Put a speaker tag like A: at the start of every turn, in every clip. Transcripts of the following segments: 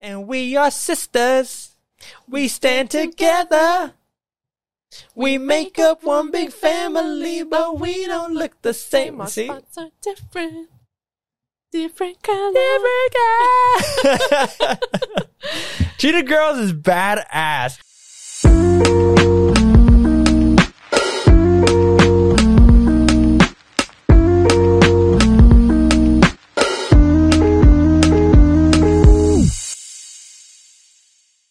A: And we are sisters. We stand together. We make up one big family, but we don't look the same.
B: Our
A: See?
B: spots are different. Different color.
A: Cheetah Girls is badass.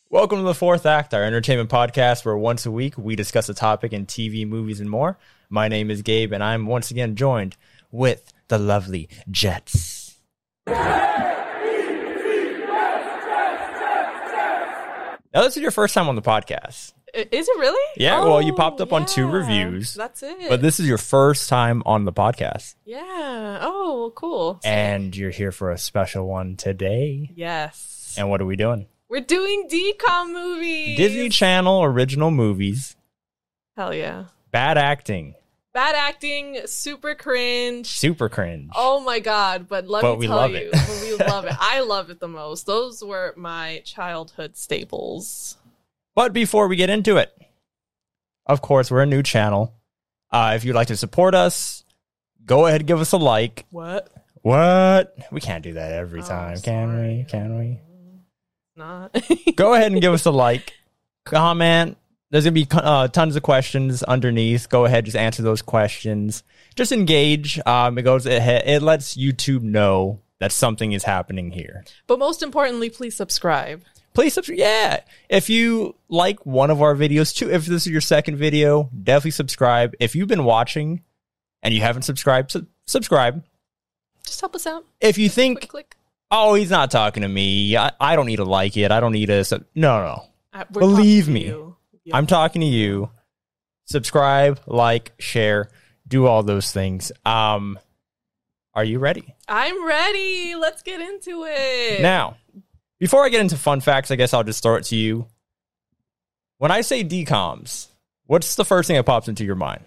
A: Welcome to the fourth act, our entertainment podcast where once a week we discuss a topic in TV, movies, and more. My name is Gabe, and I'm once again joined with the lovely Jets. Now, this is your first time on the podcast,
B: I- Is it really?
A: Yeah, well, you popped up on two
B: yeah.
A: reviews,
B: That's it.
A: but this is your first time on the podcast,
B: Yeah. Oh, well, cool.
A: and you're here for a special one today.
B: yes.
A: And what are we doing?
B: We're doing DCOM movies.
A: Disney Channel original movies,
B: Hell yeah.
A: bad acting,
B: Bad acting, super cringe.
A: super cringe.
B: Oh my god! But let
A: But
B: me
A: we
B: tell
A: love
B: you,
A: it.
B: but we love it. I love it the most. Those were my childhood staples.
A: But before we get into it, of course, we're a new channel. Uh, if you'd like to support us, go ahead give us a like.
B: What?
A: What? We can't do that every
B: Oh,
A: time,
B: I'm
A: can we?
B: sorry.
A: Can we?
B: Not.
A: Go ahead and give us a like, comment. There's gonna be uh, tons of questions underneath. Go ahead, just answer those questions. Just engage. Um, it goes ahead. It lets YouTube know that something is happening here.
B: but most importantly, please subscribe.
A: please subscribe. Yeah. If you like one of our videos too, if this is your second video, definitely subscribe. If you've been watching and you haven't subscribed, sub- subscribe.
B: Just help us out.
A: If you
B: Click,
A: think,
B: click.
A: oh, he's not talking to me. I, I don't need to like it. I don't need to. Sub-. No, no, no.
B: Uh, we're
A: Believe
B: talking
A: me.
B: to you. Yeah.
A: I'm talking to you. Subscribe, like, share, do all those things. Um, are you ready?
B: I'm ready. Let's get into it.
A: Now, before I get into fun facts, I guess I'll just throw it to you. When I say DCOMs, what's the first thing that pops into your mind?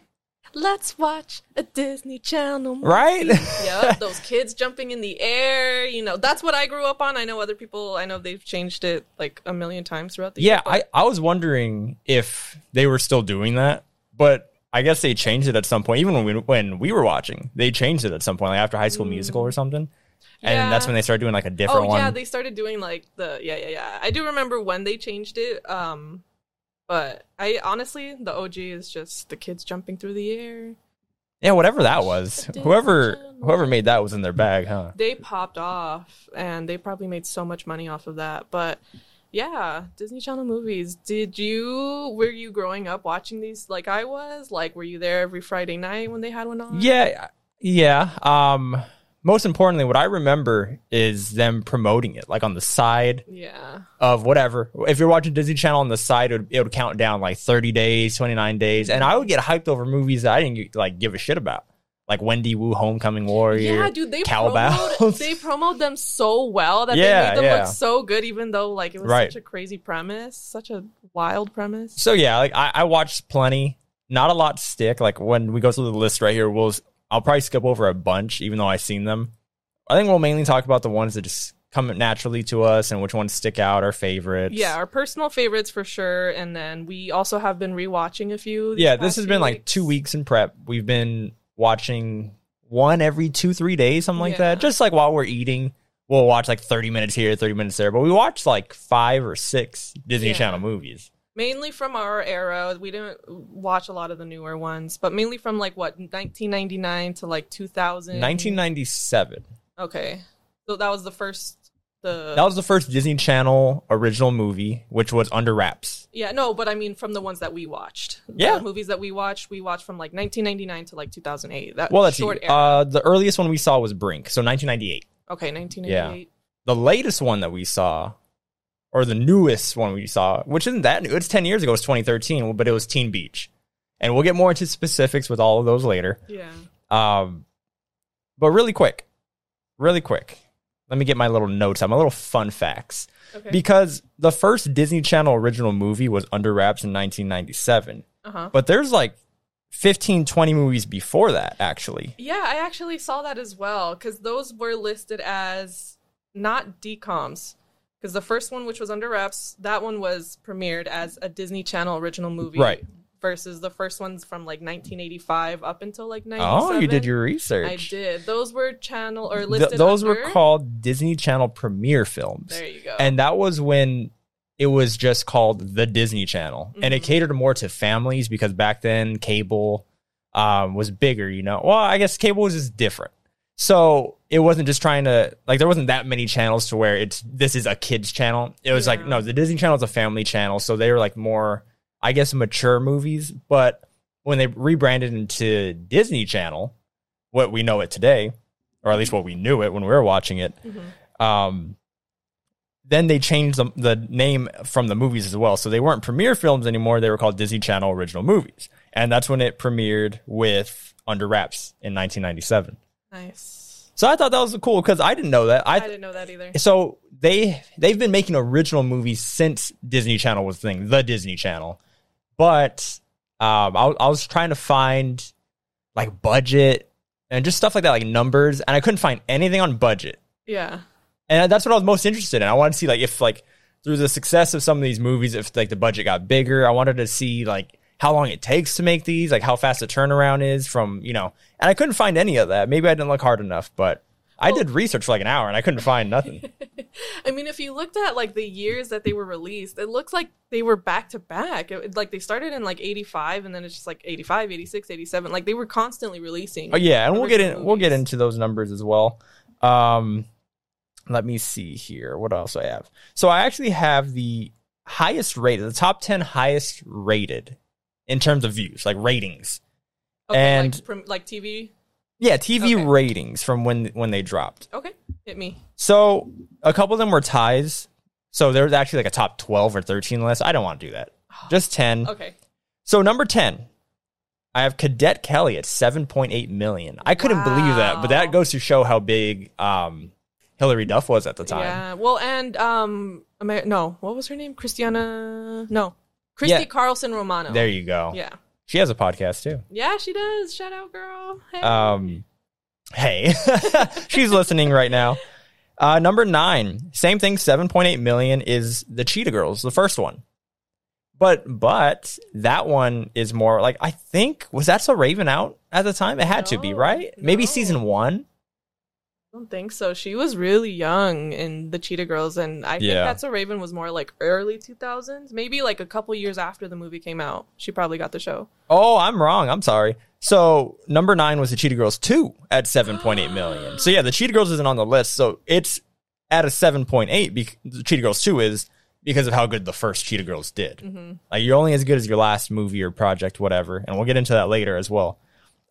B: Let's watch a Disney Channel. Movie.
A: Right?
B: yep, those kids jumping in the air. You know, that's what I grew up on. I know other people. I know they've changed it like a million times throughout the
A: yeah,
B: year. but-
A: I, I was wondering if they were still doing that, but I guess they changed it at some point. Even when we, when we were watching, they changed it at some point, like after High School Musical or something. And
B: Mm. Yeah.
A: that's when they started doing like a
B: Oh
A: different
B: yeah,
A: one.
B: they started doing like the yeah yeah yeah. I do remember when they changed it. Um, but I honestly, the OG is just the kids jumping through the air.
A: yeah, whatever that was,
B: Disney
A: whoever
B: Channel.
A: whoever made that was in their bag, huh?
B: They popped off, and they probably made so much money off of that. But yeah, Disney Channel movies. Did you were you growing up watching these like I was? Like, were you there every Friday night when they had one on?
A: Yeah, yeah. Um, most importantly, what I remember is them promoting it, like on the side
B: Yeah.
A: of whatever. If you're watching Disney Channel on the side, it would, it would count down like 30 days, 29 days, and I would get hyped over movies that I didn't like give a shit about, like Wendy Wu, Homecoming Warrior.
B: Yeah, dude, they
A: cowbells.
B: promoted, they promoted them so well that
A: Yeah,
B: they made them
A: yeah.
B: look so good, even though like it was
A: Right.
B: such a crazy premise, such a wild premise.
A: So yeah, like I, I watched plenty. Not a lot stick. Like when we go through the list right here, we'll s- I'll probably skip over a bunch, even though I've seen them. I think we'll mainly talk about the ones that just come naturally to us and which ones stick out, our favorites.
B: Yeah, our personal favorites for sure, and then we also have been rewatching a few. these
A: yeah this
B: past
A: has
B: few
A: been like two weeks in prep we've been watching one every two three days something like
B: Yeah.
A: that just like while we're eating we'll watch like 30 minutes here 30 minutes there but we watched like five or six disney
B: Yeah.
A: channel movies
B: mainly from our era. We didn't watch a lot of the newer ones, but mainly from like what 1999 to like 2000.
A: 1997
B: Okay, so that was the first. The
A: that was the first disney channel original movie which was under wraps
B: Yeah, no, but I mean from the ones that we watched. The
A: Yeah.
B: movies that we watched, we watched from like 1999 to like 2008. That
A: well let's
B: short
A: see
B: era.
A: uh the earliest one we saw was brink so 1998
B: okay, 1998.
A: the latest one that we saw or the newest one we saw which isn't that new it's 10 years ago it's 2013 but it was teen beach and we'll get more into specifics with all of those later
B: Yeah.
A: um, but really quick really quick let me get my little notes out my little fun facts
B: Okay.
A: because the first disney channel original movie was under wraps in 1997
B: uh-huh.
A: but there's like 15 20 movies before that actually
B: Yeah, I actually saw that as well cuz those were listed as not DComs because the first one, which was under wraps, that one was premiered as a Disney Channel original movie,
A: Right.
B: Versus the first ones from like 1985 up until like 97.
A: Oh, you did your
B: I
A: research.
B: did. Those were channel or
A: Th-
B: listed.
A: those were
B: under-
A: called Disney Channel premiere films.
B: There you go.
A: and that was when it was just called the Disney Channel, and it
B: Mhm.
A: catered more to families because back then cable um, was bigger. You know, well, I guess cable was just different, so it wasn't just trying to like there wasn't that many channels to where it's this is a kids channel. It was like
B: Yeah.
A: no, the Disney Channel is a family channel, so they were like more, I guess, mature movies. But when they rebranded into Disney Channel, what we know it today, or at least what we knew it when we were watching it
B: Mhm.
A: um, then they changed the, the name from the movies as well. So they weren't premiere films anymore. They were called Disney Channel Original Movies. And that's when it premiered with Under Wraps in 1997.
B: nice.
A: So I thought that was cool because I didn't know that.
B: I,
A: I,
B: didn't know that either.
A: so they they've been making original movies since Disney Channel was the thing, the Disney Channel. But um, I, was- I was trying to find like budget and just stuff like that, like numbers, and I couldn't find anything on budget
B: Yeah.
A: and that's what I was most interested in. I wanted to see like if like through the success of some of these movies, if like the budget got bigger, I wanted to see like how long it takes to make these, like how fast the turnaround is from you know. And I couldn't find any of that. Maybe I didn't look hard enough, but I did research for like an hour and I couldn't find nothing.
B: I mean, if you looked at like the years that they were released, it looks like they were back to back. It- Like they started in like 85 and then it's just like 85, 86, 87. Like they were constantly releasing.
A: oh yeah, and we'll get in.
B: Original
A: We'll get
B: movies.
A: into those numbers as well. Um, let me see here. What else I have? So I actually have the highest rated, the top ten highest rated in terms of views, like ratings. and-
B: like, prim- like TV.
A: Yeah, TV
B: Okay.
A: ratings from when when they dropped.
B: Okay, hit me.
A: So a couple of them were ties. So there was actually like a top twelve or thirteen list. I don't want to do that. Just ten.
B: Okay.
A: So number ten, I have Cadet Kelly at seven point eight million. I couldn't believe that, but that
B: Wow.
A: goes to show how big um, Hillary Duff was at the time.
B: Yeah. Well, and um, Amer- no, what was her name? Christiana? No, Christy
A: Yeah.
B: Carlson Romano.
A: There you go.
B: Yeah.
A: She has a podcast too.
B: Yeah, she does. Shout out, girl. Hey.
A: Um, hey, she's listening right now. Uh, number nine, same thing, 7.8 million is the Cheetah Girls, the first one. But but that one is more like I think was that so Raven out at the time? It had to be
B: No,
A: right. Maybe
B: no.
A: season one.
B: I don't think so. She was really young in the Cheetah Girls, and I think
A: Yeah.
B: That's a Raven was more like early 2000s, maybe like a couple years after the movie came out. She probably got the show.
A: Oh, I'm wrong. I'm sorry. So number nine was the Cheetah Girls two at 7.8 million. So yeah, the Cheetah Girls isn't on the list. So it's at a 7.8. Bec- the Cheetah Girls two is because of how good the first Cheetah Girls did.
B: hmm
A: Like you're only as good as your last movie or project, whatever. And we'll get into that later as well.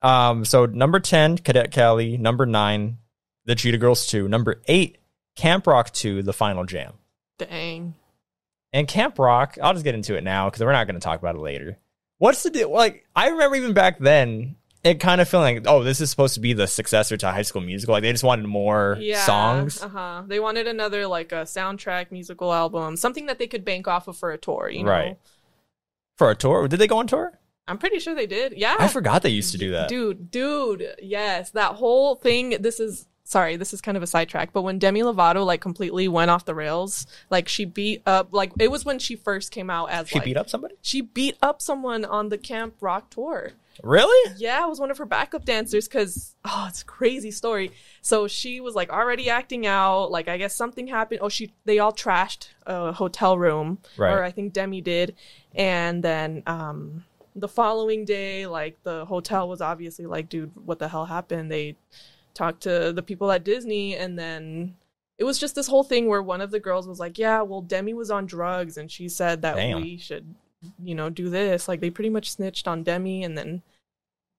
A: Um, so number ten, Cadet Kelly. Number nine, The Cheetah Girls two. Number eight, Camp Rock two, The Final Jam.
B: Dang.
A: And Camp Rock, I'll just get into it now because we're not going to talk about it later. What's the deal? Like I remember even back then, it kind of feeling like, oh, this is supposed to be the successor to High School Musical. Like they just wanted more songs,
B: Uh huh. They wanted another like a soundtrack, musical album, something that they could bank off of for a tour. You know?
A: Right. for a tour. Did they go on tour?
B: I'm pretty sure they did. Yeah.
A: I forgot they used to do that.
B: Dude, dude, yes, that whole thing. This is sorry, this is kind of a sidetrack, but when Demi Lovato like completely went off the rails, like she beat up, like it was when she first came out as
A: She
B: like,
A: beat up somebody.
B: she beat up someone on the Camp Rock tour.
A: Really?
B: Yeah, it was one of her backup dancers because oh, it's a crazy story. So she was like already acting out. Like I guess something happened. Oh, she they all trashed a hotel room,
A: Right.
B: or I think Demi did, and then um, the following day, like the hotel was obviously like, dude, what the hell happened? They talked to the people at Disney, and then. It was just this whole thing where one of the girls was like, "Yeah, well, Demi was on drugs, and she said that
A: Damn.
B: we should, you know, do this." Like they pretty much snitched on Demi, and then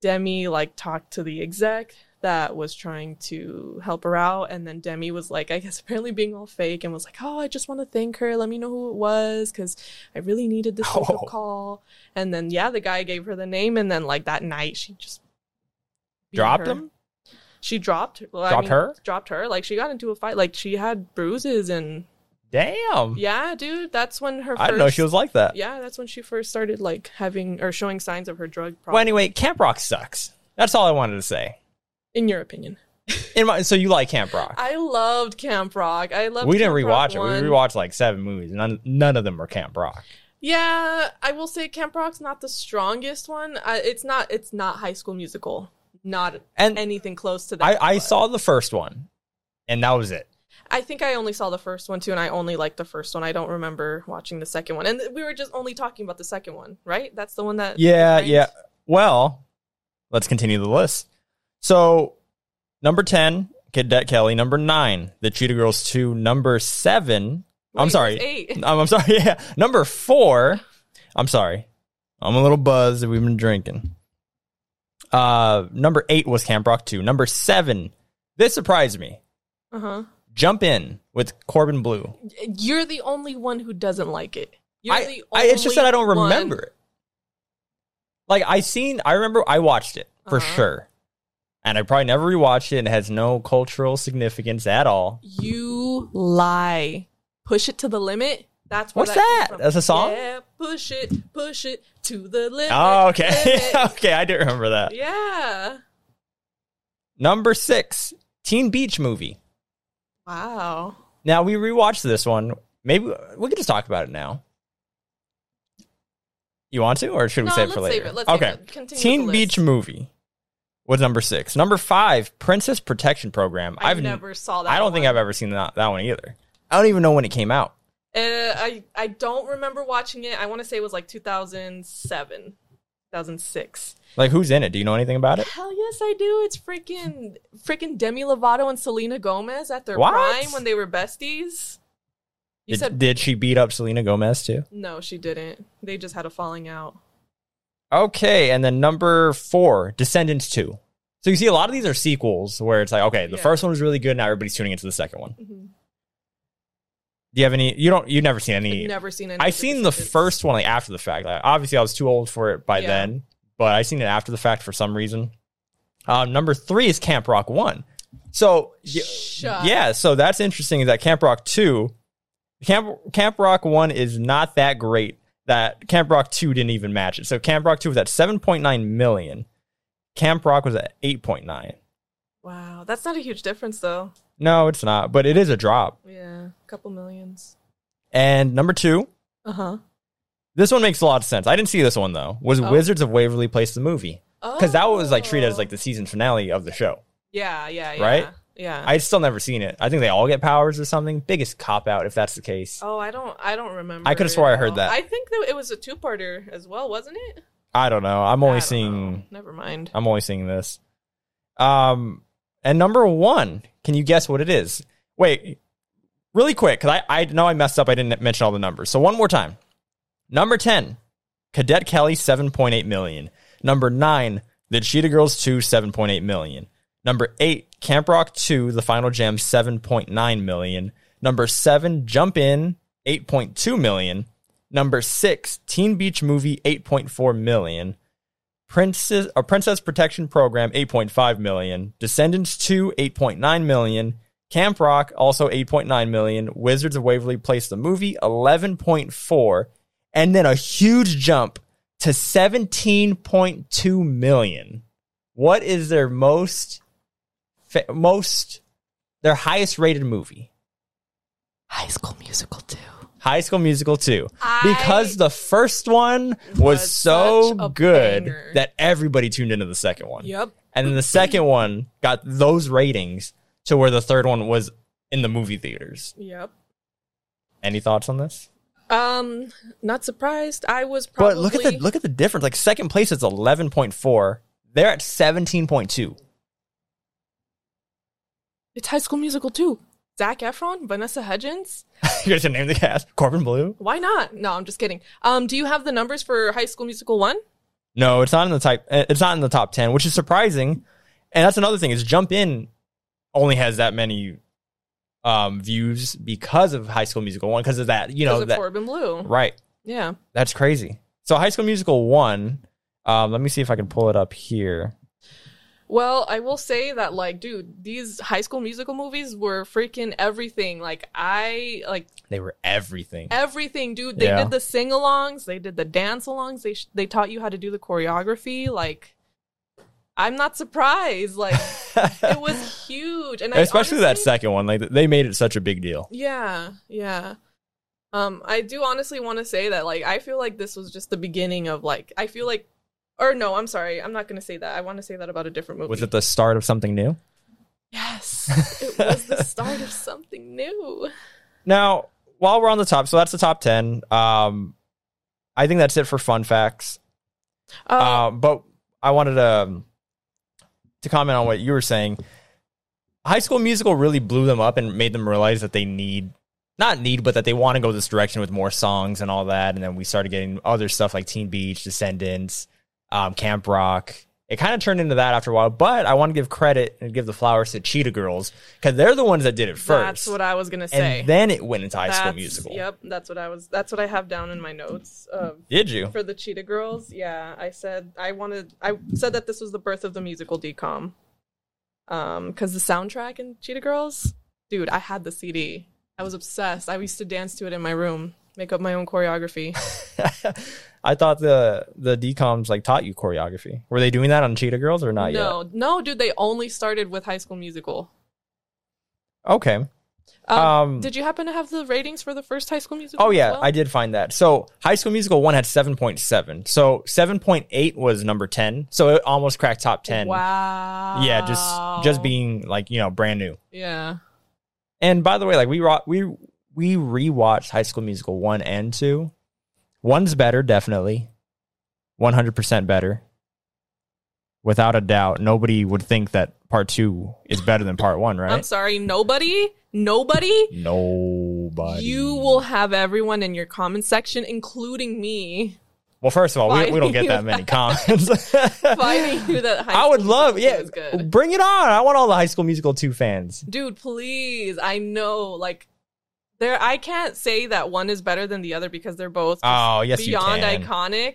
B: Demi like talked to the exec that was trying to help her out and then Demi was like I guess apparently being all fake and was like oh I just want to thank her let me know who it was cuz I really needed this wake
A: Oh.
B: up call and then yeah the guy gave her the name and then like that night she just beat
A: Dropped
B: her.
A: them.
B: she dropped well, I
A: Dropped
B: mean,
A: her?
B: dropped her like she got into a fight like she had bruises and
A: Damn.
B: yeah dude that's when her
A: Mm. I didn't know she
B: first-
A: was like that.
B: yeah that's when she first started like having or showing signs of her drug
A: Well,
B: problem
A: anyway, Camp Rock sucks. That's all I wanted to say.
B: in your opinion
A: In my, so you like Camp Rock?
B: I loved Camp Rock. I loved.
A: we didn't
B: Camp
A: rewatch
B: Rock
A: it.
B: 1.
A: We rewatched like seven movies. None, none of them were Camp Rock.
B: Yeah, I will say Camp Rock's not the strongest one. I, it's not. It's not High School Musical. Not
A: And
B: anything close to that.
A: I, I
B: but-
A: saw the first one, and that was it.
B: I think I only saw the first one too, and I only liked the first one. I don't remember watching the second one. And we were just only talking about the second one, right? That's the one that.
A: Yeah,
B: ranked?
A: yeah. Well, let's continue the list. So, number 10, Cadet Kelly. Number 9, The Cheetah Girls 2. Number 7, I'm
B: Wait,
A: sorry.
B: it's Eight.
A: I'm, I'm sorry, yeah. Number 4, I'm sorry. I'm a little buzzed that we've been drinking. Uh, number 8 was Camp Rock 2. Number 7, this surprised me.
B: Uh huh.
A: Jump in with Corbin Blue.
B: You're the only one who doesn't like it. You're
A: I,
B: the
A: I- it's just that I don't
B: only one-
A: remember it. Like I seen, I remember I watched it for
B: Uh-huh.
A: sure, and I probably never rewatched it. And it has no cultural significance at all.
B: You lie. Push it to the limit. That's where
A: What's
B: that came
A: that?
B: from.
A: That's a song?
B: Yeah. Push it. Push it to the limit.
A: Oh, okay,
B: limit.
A: okay, I do remember that.
B: yeah.
A: Number six, Teen Beach Movie.
B: Wow.
A: Now we rewatched this one. Maybe we could just talk about it now. You want to, or should we
B: No,
A: save it
B: let's
A: for later?
B: save it. Let's
A: okay.
B: save it. Continue with
A: Teen
B: the
A: Beach
B: list.
A: Movie was number six. Number five, Princess Protection Program.
B: I never saw that.
A: I don't think
B: one.
A: I've ever seen that, that one either. I don't even know when it came out.
B: Uh, I I don't remember watching it. I want to say it was like 2007, 2006.
A: Like, who's in it? Do you know anything about it?
B: Hell yes, I do. It's freaking freaking Demi Lovato and Selena Gomez at their
A: What?
B: prime when they were besties. You
A: Did,
B: said
A: did she beat up Selena Gomez too?
B: no, she didn't. They just had a falling out.
A: Okay, and then number four, Descendants 2. So you see, a lot of these are sequels where it's like, okay, the
B: Yeah. Mm-hmm.
A: first one was really good. Now everybody's tuning into the second one. Do you have any? You don't. You've never seen any.
B: I've never seen any.
A: I
B: of
A: seen the
B: Descendants.
A: first one like after the fact. Like, obviously, I was too old for it by
B: Yeah.
A: then, but I seen it after the fact for some reason. Uh, number three is Camp Rock One. So y-
B: Shut.
A: yeah, so that's interesting. Is that Camp Rock Two? Camp Camp Rock One is not that great. That Camp Rock Two didn't even match it. So Camp Rock Two was at seven point nine million. Camp Rock was at eight point nine.
B: Wow, that's not a huge difference though.
A: No, it's not, but it is a drop.
B: Yeah, a couple millions.
A: And number two,
B: Uh huh.
A: This one makes a lot of sense. I didn't see this one though. Was
B: Oh.
A: Wizards of Waverly Place the movie? Because that was like treated as
B: Oh.
A: like the season finale of the show.
B: Yeah, yeah, yeah.
A: Right?
B: Yeah.
A: I'd still never seen it. I think they all get powers or something. Biggest cop out if that's the case.
B: Oh, I don't. I don't remember.
A: I could've
B: it
A: swore I
B: at
A: heard
B: all.
A: that.
B: I think that it was a two-parter as well, wasn't it?
A: I don't know. I'm
B: I
A: only
B: don't
A: seeing.
B: know. Never mind.
A: I'm only seeing this. Um, and number one, can you guess what it is? Wait, really quick, because I I know I messed up. I didn't mention all the numbers. So one more time. Number ten, Cadet Kelly, seven point eight million. Number nine, The Cheetah Girls two, seven point eight million. Number eight, Camp Rock two, The Final Gem, seven point nine million. Number seven, Jump In, eight point two million. Number six, Teen Beach Movie, eight point four million. Princess a Princess Protection Program 8.5 million, Descendants 2 8.9 million, Camp Rock also 8.9 million, Wizards of Waverly Place the movie 11.4 and then a huge jump to 17.2 million. What is their most fa- most their highest rated movie?
B: High School Musical too.
A: High School Musical 2.
B: I-
A: Because the first one was,
B: Was
A: so
B: such a
A: good
B: banger.
A: that everybody tuned into the second one.
B: Yep.
A: And then the second one got those ratings to where the third one was in the movie theaters.
B: Yep.
A: Any thoughts on this?
B: Um, not surprised. I was probably.
A: But look at the look at the difference. Like second place is 11.4. They're at 17.2.
B: It's High School Musical too. Zach Efron, Vanessa Hudgens.
A: you guys should name the cast. Corbin Blue?
B: Why not? No, I'm just kidding. Um, do you have the numbers for High School Musical one?
A: No, it's not in the type eh, it's not in the top 10, which is surprising. And that's another thing is Jump In only has that many um views because of High School Musical 1 because of that, you
B: Because
A: know,
B: of
A: that
B: Corbin Blue.
A: right.
B: Yeah.
A: That's crazy. So High School Musical one. Um, let me see if I can pull it up here.
B: Well, I will say that like, dude, these High School Musical movies were freaking everything. Like, I like
A: They were everything.
B: everything, dude. They
A: Yeah.
B: did the sing-alongs, they did the dance-alongs, they sh- they taught you how to do the choreography. Like, I'm not surprised. Like it was huge, and I
A: Especially that
B: honestly-
A: second one. Like th- they made it such a big deal.
B: Yeah, yeah. Um, I do honestly want to say that like I feel like this was just the beginning of like I feel like, or no, I'm sorry, I'm not gonna say that. I want to say that about a different movie.
A: Was it the start of something new?
B: Yes, it was the start of something new.
A: Now, while we're on the top, so that's the top 10. Um, I think that's it for fun facts.
B: Uh,
A: Uh, but I wanted to to comment on what you were saying. High School Musical really blew them up and made them realize that they need not need, but that they want to go this direction with more songs and all that. And then we started getting other stuff like Teen Beach, Descendants, um, Camp Rock. It kind of turned into that after a while. But I want to give credit and give the flowers to Cheetah Girls because they're the ones that did it first.
B: that's what I was gonna say.
A: and then it went into High School
B: That's-
A: Musical.
B: Yep, that's what I was. That's what I have down in my notes of
A: Did you?
B: for the Cheetah Girls. Yeah, I said I wanted. I said that this was the birth of the musical decom. Um, because the soundtrack in Cheetah Girls, dude, I had the CD. I was obsessed. I used to dance to it in my room, make up my own choreography.
A: I thought the the decoms like taught you choreography. Were they doing that on Cheetah Girls or not
B: no, no, dude, they only started with High School Musical.
A: yet? Okay.
B: Um,
A: Um,
B: did you happen to have the ratings for the first High School Musical?
A: Oh
B: as
A: yeah,
B: well?
A: I did find that. So High School Musical one had seven point seven. So seven point eight was number ten. So it almost cracked top ten.
B: Wow.
A: Yeah, just just being like you know brand new.
B: Yeah.
A: And by the way, like we ro- we we rewatched High School Musical one and two. One's better, definitely, one hundred percent better, without a doubt. Nobody would think that part two is better than part one,
B: I'm
A: right?
B: sorry, nobody, nobody
A: Nobody.
B: You will have everyone in your comment section, including me,
A: Well, first of all, we, we don't get
B: fighting
A: that many
B: you
A: comments.
B: fighting you that high
A: I
B: School
A: would love,
B: Musical
A: yeah,
B: is good.
A: bring it on. I want all the High School Musical two fans.
B: dude. Please, I know, like, there. I can't say that one is better than the other because they're both just
A: Oh yes,
B: beyond
A: you can.
B: iconic.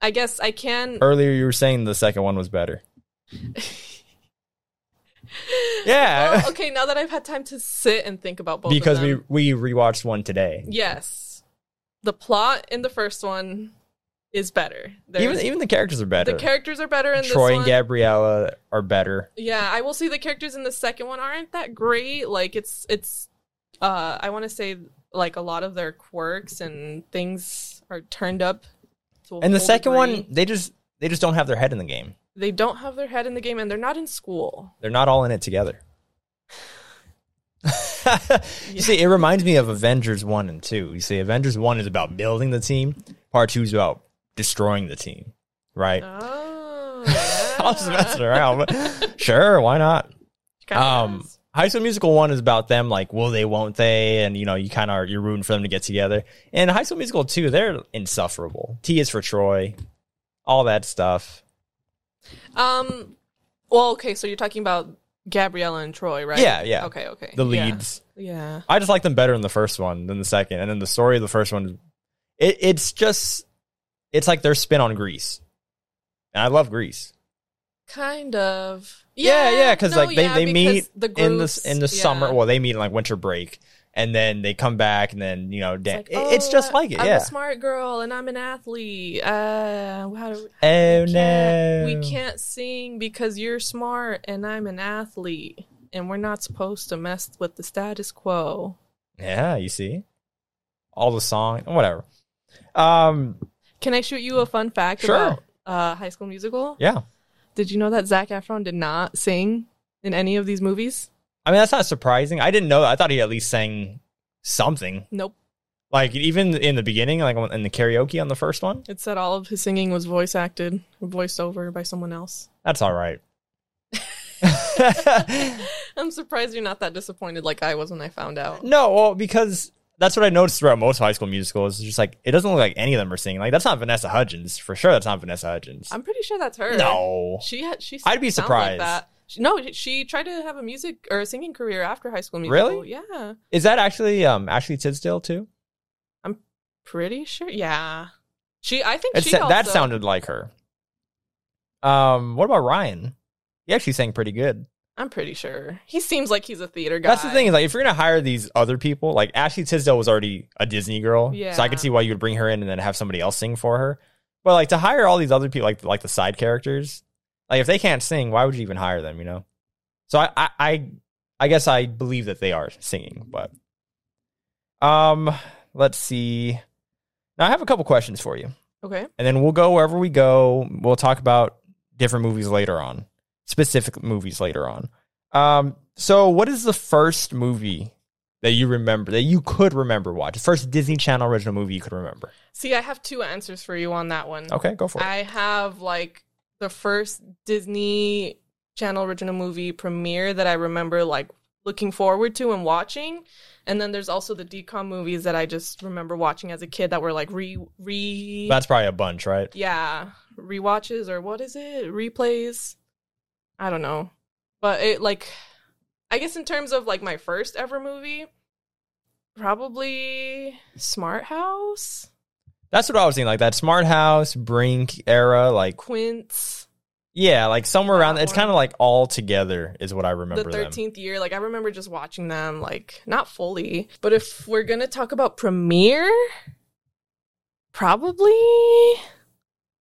B: I guess I can.
A: Earlier, you were saying the second one was better. yeah,
B: Well, okay, now that I've had time to sit and think about both, of
A: because
B: them.
A: we we rewatched one today.
B: yes, the plot in the first one is better. There's-
A: even even the characters are better.
B: the characters are better in
A: Troy
B: this
A: and
B: one.
A: Gabriella are better.
B: yeah i will say the characters in the second one aren't that great like it's it's uh i want to say like a lot of their quirks and things are turned up to a
A: And the
B: full
A: second one,
B: degree.
A: they just they just don't have their head in the game.
B: they don't have their head in the game and they're not in school
A: They're not all in it together. you see, it reminds me of Avengers 1 and 2. You see, Avengers 1 is about building the team, part 2 is about destroying the team, right?
B: oh
A: I'll just mess it around, but sure, why not? Um, High School Musical one is about them, like will they, won't they, and you know you kind of you're rooting for them to get together. And High School Musical two, they're insufferable. T is for Troy, all that stuff.
B: um well okay so you're talking about gabriella and troy right
A: Yeah, yeah.
B: okay okay
A: The
B: Yeah.
A: leads,
B: yeah
A: I just like them better in the first one than the second, and then the story of the first one, it, it's just it's like their spin on Grease, and I love Grease.
B: kind of
A: Yeah, yeah, cause, like, they- they
B: because the
A: in the
B: groups-
A: in the
B: yeah.
A: summer, well, they meet in like winter break, and then they come back, and then you know, dan-
B: like,
A: it- it's
B: "Oh,
A: just
B: I-
A: like it,
B: I'm
A: yeah.
B: a smart girl and I'm an athlete. Uh, how do
A: oh no,
B: we, can't, we can't sing because you're smart and I'm an athlete, and we're not supposed to mess with the status quo.
A: Yeah, you see, all the song, whatever. Um,
B: Can I shoot you a fun fact
A: Sure.
B: about uh, High School Musical?
A: yeah.
B: Did you know that Zach Efron did not sing in any of these movies?
A: I mean, that's not surprising. I didn't know. that. I thought he at least sang something.
B: Nope.
A: Like even in the beginning, like in the karaoke on the first one.
B: It said all of his singing was voice acted, or voiced over by someone else.
A: That's all right.
B: I'm surprised you're not that disappointed like I was when I found out.
A: no, well, because that's what I noticed throughout most High School Musicals. It's just like it doesn't look like any of them are singing. Like that's not Vanessa Hudgens for sure. That's not Vanessa Hudgens.
B: I'm pretty sure that's her.
A: no,
B: She had. She.
A: I'd be
B: sounds
A: surprised.
B: Like that. She, no, she tried to have a music or a singing career after High School Musical.
A: Really?
B: Yeah.
A: is that actually um Ashley Tisdale too?
B: Pretty sure. Yeah. She. I think
A: It
B: she.
A: sa- that
B: also-
A: sounded like her. Um, what about Ryan? He actually sang pretty good.
B: I'm pretty sure. He seems like he's a theater guy.
A: That's the thing is like if you're gonna hire these other people, like Ashley Tisdale was already a Disney girl,
B: Yeah.
A: so I could see why you would bring her in and then have somebody else sing for her. But like to hire all these other people, like like the side characters, Like if they can't sing, why would you even hire them? You know. So I I I, I guess I believe that they are singing, but um, let's see. Now I have a couple questions for you,
B: Okay.
A: and then we'll go wherever we go. We'll talk about different movies later on, specific movies later on. Um, so what is the first movie that you remember that you could remember watch? First Disney Channel original movie you could remember?
B: See, I have two answers for you on that one.
A: Okay, go for it.
B: I have like the first Disney Channel original movie premiere that I remember like looking forward to and watching. And then there's also the DCOM movies that I just remember watching as a kid that were like re re
A: That's probably a bunch, right?
B: yeah, rewatches or what is it? Replays? I don't know. But it like I guess in terms of like my first ever movie, probably Smart House,
A: That's what I was thinking. Like that smart house, brink era, like
B: Quint,
A: yeah, like somewhere around
B: That
A: it's
B: one.
A: kinda like all together is what I
B: the
A: remember them.
B: thirteenth year. Like I remember just watching them, like not fully. But if we're gonna talk about premiere, probably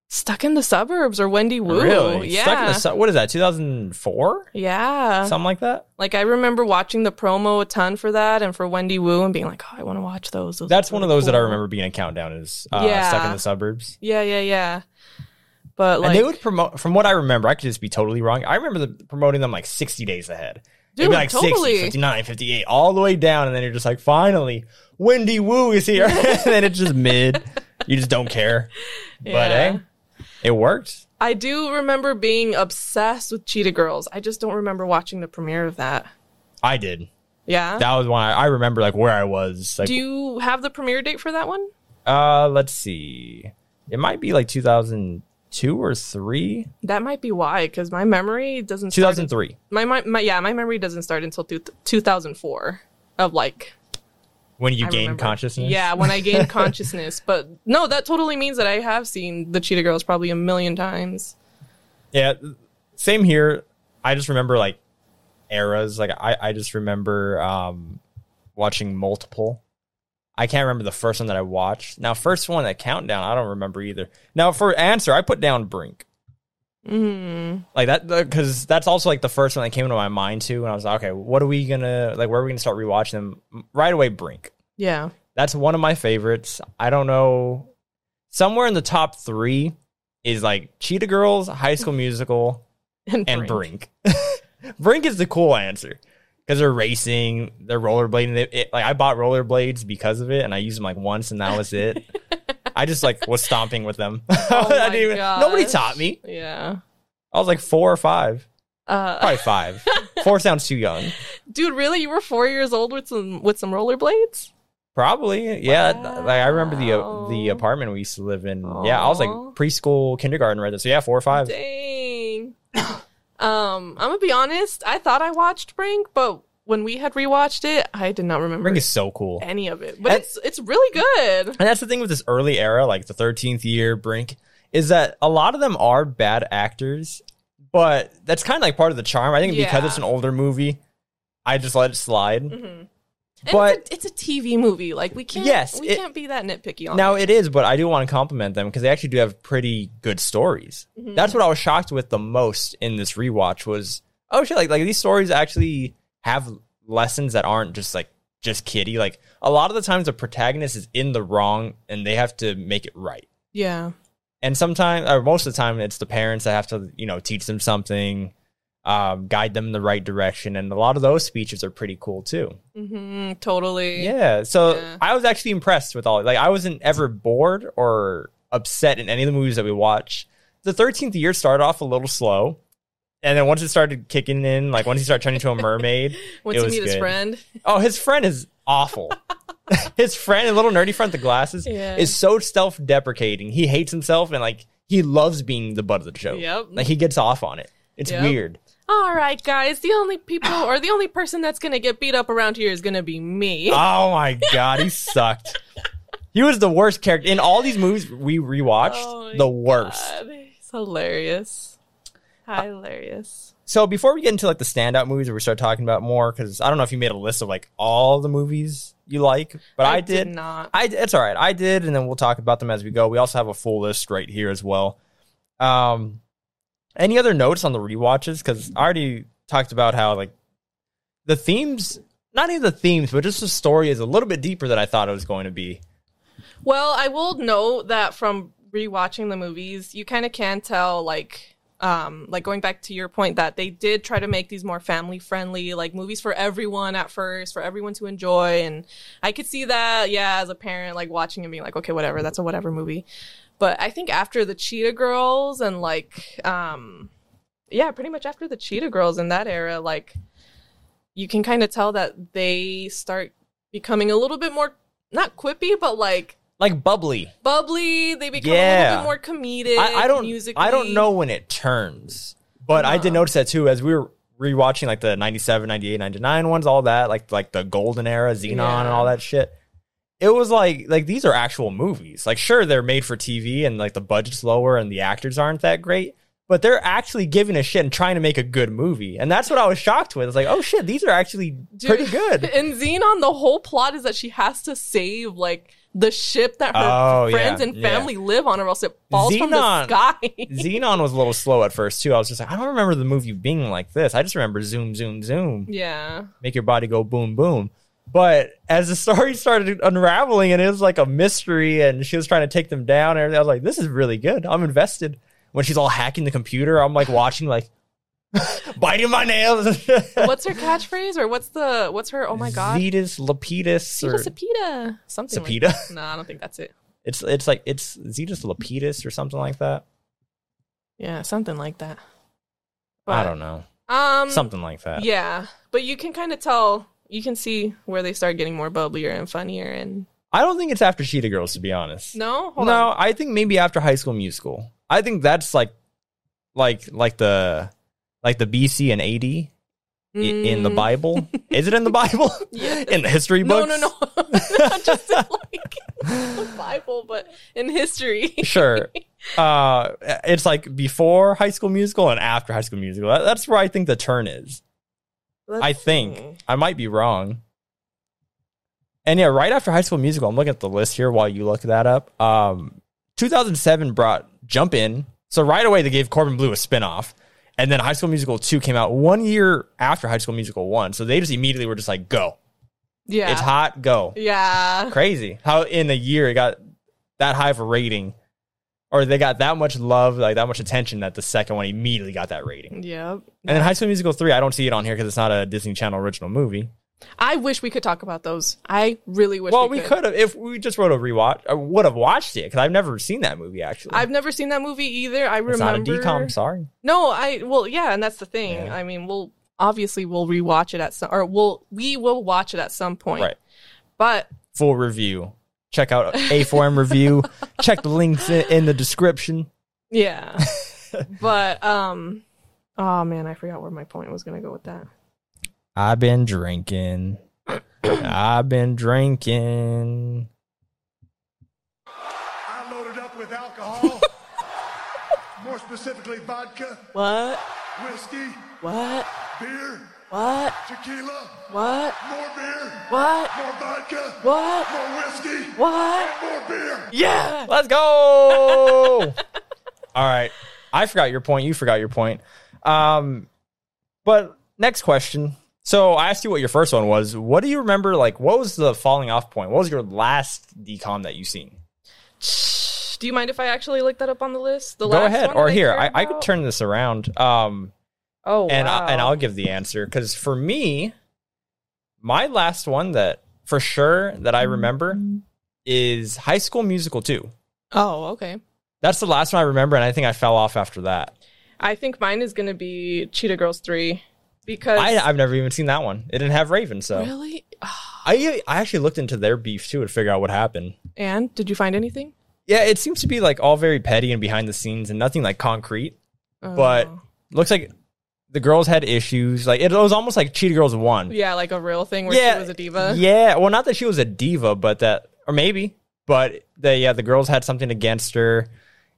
B: Stuck in the Suburbs or Wendy Wu.
A: Really?
B: Yeah. Uh,
A: Stuck in the su- what is that, two thousand four?
B: yeah.
A: Something like that?
B: Like I remember watching the promo a ton for that and for Wendy Wu and being like, oh, I want to watch those. Those
A: That's
B: look
A: one of
B: really
A: those that I
B: cool."
A: remember being a countdown is uh,
B: Yeah.
A: stuck in the suburbs.
B: Yeah, yeah, yeah. But like,
A: and they would promote from what I remember, I could just be totally wrong. I remember the, promoting them like sixty days ahead. It'd
B: dude,
A: be like
B: totally.
A: 60, 59, 58, all the way down, and then you're just like, finally, Wendy Wu is here. and then it's just mid. You just don't care. But
B: Yeah.
A: hey, it worked.
B: I do remember being obsessed with Cheetah Girls. I just don't remember watching the premiere of that.
A: I did.
B: Yeah.
A: That was when I, I remember like where I was. Like,
B: do you have the premiere date for that one?
A: uh, let's see, it might be like 2002 or three,
B: That might be why, because my memory doesn't. start-
A: 2003.
B: my, my my yeah, my memory doesn't start until two, 2004 of like
A: When you
B: I
A: gain
B: remember.
A: consciousness,
B: Yeah, when I gained consciousness. But no, that totally means that I have seen the Cheetah Girls probably a million times.
A: yeah. Same here. I just remember like eras. Like I, I just remember um watching multiple. I can't remember the first one that I watched. Now, first one that countdown, I don't remember either. Now, for answer, I put down Brink.
B: Mm.
A: like that because that's also like the first one that came into my mind too and i was like okay what are we gonna like where are we gonna start rewatching them M- right away brink
B: Yeah.
A: that's one of my favorites i don't know somewhere in the top three is like cheetah girls high school musical and brink brink, is the cool answer because they're racing they're rollerblading it, it, like i bought rollerblades because of it and i used them like once and that was it i just like was stomping with them I
B: Oh my
A: didn't even, nobody
B: gosh.
A: taught me
B: Yeah.
A: i was like four or five
B: Uh,
A: Probably five. Four sounds too young.
B: dude, really? You were four years old with some with some rollerblades?
A: Probably, yeah. th- Like I remember the uh, the
B: Wow.
A: apartment we used to live in. Yeah, I was like
B: Aw.
A: preschool, kindergarten, right there. So yeah, four or five.
B: Dang. um, I'm gonna be honest. I thought I watched Brink, but when we had rewatched it, I did not remember
A: Ring is so cool.
B: any of it. But
A: And-
B: it's it's really good.
A: And that's the thing with this early era, like the 13th year Brink, is that a lot of them are bad actors, but that's kind of like part of the charm. I think because
B: Yeah.
A: it's an older movie, I just let it slide.
B: And
A: But-
B: it's, a, it's a TV movie. Like we can't
A: Yes,
B: we
A: it-
B: can't be that nitpicky on
A: Now it is, but I do want to compliment them because they actually do have pretty good stories. That's what I was shocked with the most in this rewatch was oh shit, like like these stories actually have lessons that aren't just like just kiddie. Like a lot of the times the protagonist is in the wrong and they have to make it right.
B: Yeah.
A: And sometimes or most of the time it's the parents that have to, you know, teach them something, um, guide them in the right direction. And a lot of those speeches are pretty cool too.
B: Mm-hmm, totally.
A: Yeah. So
B: Yeah.
A: I was actually impressed with all. Like I wasn't ever bored or upset in any of the movies that we watch. The thirteenth year started off a little slow, and then once it started kicking in, like once he started turning into a mermaid,
B: Once
A: it
B: you
A: was
B: meet his
A: good.
B: friend.
A: Oh, his friend is awful. his friend, a little nerdy friend with the glasses,
B: Yeah.
A: is so self-deprecating. He hates himself and like he loves being the butt of the joke.
B: Yep.
A: Like he gets off on it. It's
B: Yep.
A: weird.
B: All right, guys. The only people or the only person that's gonna get beat up around here is gonna be me.
A: Oh my god, he sucked. He was the worst character in all these movies we rewatched.
B: Oh my
A: the worst.
B: God, It's hilarious. Hilarious.
A: So before we get into like the standout movies, where we start talking about more, because I don't know if you made a list of like all the movies you like, but I, did.
B: not.
A: I it's all right. I did, and then we'll talk about them as we go. We also have a full list right here as well. Um, Any other notes on the rewatches? Because I already talked about how like the themes, not even the themes, but just the story is a little bit deeper than I thought it was going to be.
B: Well, I will note that from rewatching the movies, you kind of can tell like um like going back to your point that they did try to make these more family friendly like movies for everyone at first for everyone to enjoy and I could see that yeah as a parent like watching and being like okay whatever that's a whatever movie. But I think after the Cheetah Girls and like um yeah, pretty much after the Cheetah Girls in that era like you can kind of tell that they start becoming a little bit more not quippy but like
A: Like bubbly.
B: bubbly. They become
A: Yeah.
B: a little bit more comedic.
A: I, I don't
B: Musically.
A: I don't know when it turns, but I did
B: Uh-huh.
A: notice that too as we were rewatching like the 97, 98, 99 ones, all that, like like the golden era, Xenon and
B: Yeah.
A: all that shit. It was like like these are actual movies. Like sure they're made for TV and like the budget's lower and the actors aren't that great, but they're actually giving a shit and trying to make a good movie. And that's what I was shocked with. It's like, "Oh shit, these are actually
B: Dude,
A: pretty good."
B: In Xenon, the whole plot is that she has to save like the ship that her
A: Oh, yeah,
B: friends and
A: yeah.
B: family live on, or else it falls from the
A: Xenon.
B: sky.
A: Xenon was a little slow at first too. I was just like, I don't remember the movie being like this. I just remember zoom zoom zoom.
B: yeah,
A: make your body go boom boom. But as the story started unraveling and it was like a mystery and she was trying to take them down and everything, I was like, this is really good. I'm invested. When she's all hacking the computer, I'm like watching like biting my nails.
B: what's her catchphrase, or what's the what's her? Oh my god,
A: Zetas, Lapidus
B: Zeta
A: or
B: Sapita, something. like
A: Sapita.
B: that. no, I don't think that's it.
A: It's it's like it's Zetas Lapidus or something like that.
B: Yeah, something like that.
A: I don't know.
B: know. Um,
A: Something like that.
B: Yeah, but you can kind of tell. You can see where they start getting more bubblier and funnier, and
A: I don't think it's after Cheetah Girls to be honest.
B: no, hold
A: no,
B: on.
A: I think maybe after High School Musical. I think that's like, like, like the, like the BC and AD i- in the
B: Mm.
A: Bible. Is it in the Bible?
B: Yeah.
A: in the history
B: No,
A: books?
B: no, no, not just in, like the Bible, but in history.
A: sure. Uh, it's like before High School Musical and after High School Musical. That- That's where I think the turn is. I think I might be wrong. And yeah, right after High School Musical, I'm looking at the list here while you look that up. Um, 2007 brought Jump In, so right away they gave Corbin Blue a spinoff, and then High School Musical two came out one year after High School Musical one. So they just immediately were just like, "Go,
B: Yeah,
A: it's hot, go."
B: yeah,
A: Crazy how in a year it got that high of a rating, or they got that much love, like that much attention that the second one immediately got that rating.
B: yep.
A: And then High School Musical three, I don't see it on here because it's not a Disney Channel original movie.
B: I wish we could talk about those. I really wish.
A: Well, we could have if we just wrote a rewatch. I would have watched it because I've never seen that movie actually.
B: I've never seen that movie either. I
A: it's not a
B: remember.
A: decom. Sorry,
B: No, I well, yeah, and that's the thing.
A: Yeah.
B: I mean, we'll obviously we'll rewatch it at some, or we'll we will watch it at some point.
A: Right.
B: But
A: full review. Check out A4M review. Check the links in, in the description.
B: yeah, but um, oh man, I forgot where my point was gonna go with that.
A: I've been drinking. I've been drinking.
C: I loaded up with alcohol, more specifically vodka,
B: What?
C: whiskey,
B: What?
C: beer,
B: What?
C: tequila,
B: What?
C: more beer,
B: What?
C: more vodka,
B: What?
C: more whiskey,
B: What?
C: more beer.
B: Yeah.
A: Let's go. All right. I forgot your point. You forgot your point. Um, but next question. So I asked you what your first one was. What do you remember? Like, what was the falling off point? What was your last decom that you seen?
B: Do you mind if I actually look that up on the list? The
A: go
B: last
A: ahead.
B: one
A: Or
B: that
A: here,
B: care
A: I, I could
B: about?
A: turn this around. Um,
B: Oh,
A: and
B: wow.
A: I, and I'll give the answer because for me, my last one that for sure that I remember is High School Musical two.
B: Oh, okay.
A: That's the last one I remember, and I think I fell off after that.
B: I think mine is gonna be Cheetah Girls three because
A: I, I've never even seen that one. It didn't have Raven, so
B: really.
A: I I actually looked into their beef too to figure out what happened.
B: And did you find anything?
A: Yeah, it seems to be like all very petty and behind the scenes and nothing like concrete. But
B: Oh.
A: looks like the girls had issues. Like it was almost like Cheetah Girls one.
B: yeah, like a real thing where she was a diva.
A: Yeah, well, not that she was a diva, but that or maybe, but the yeah, the girls had something against her,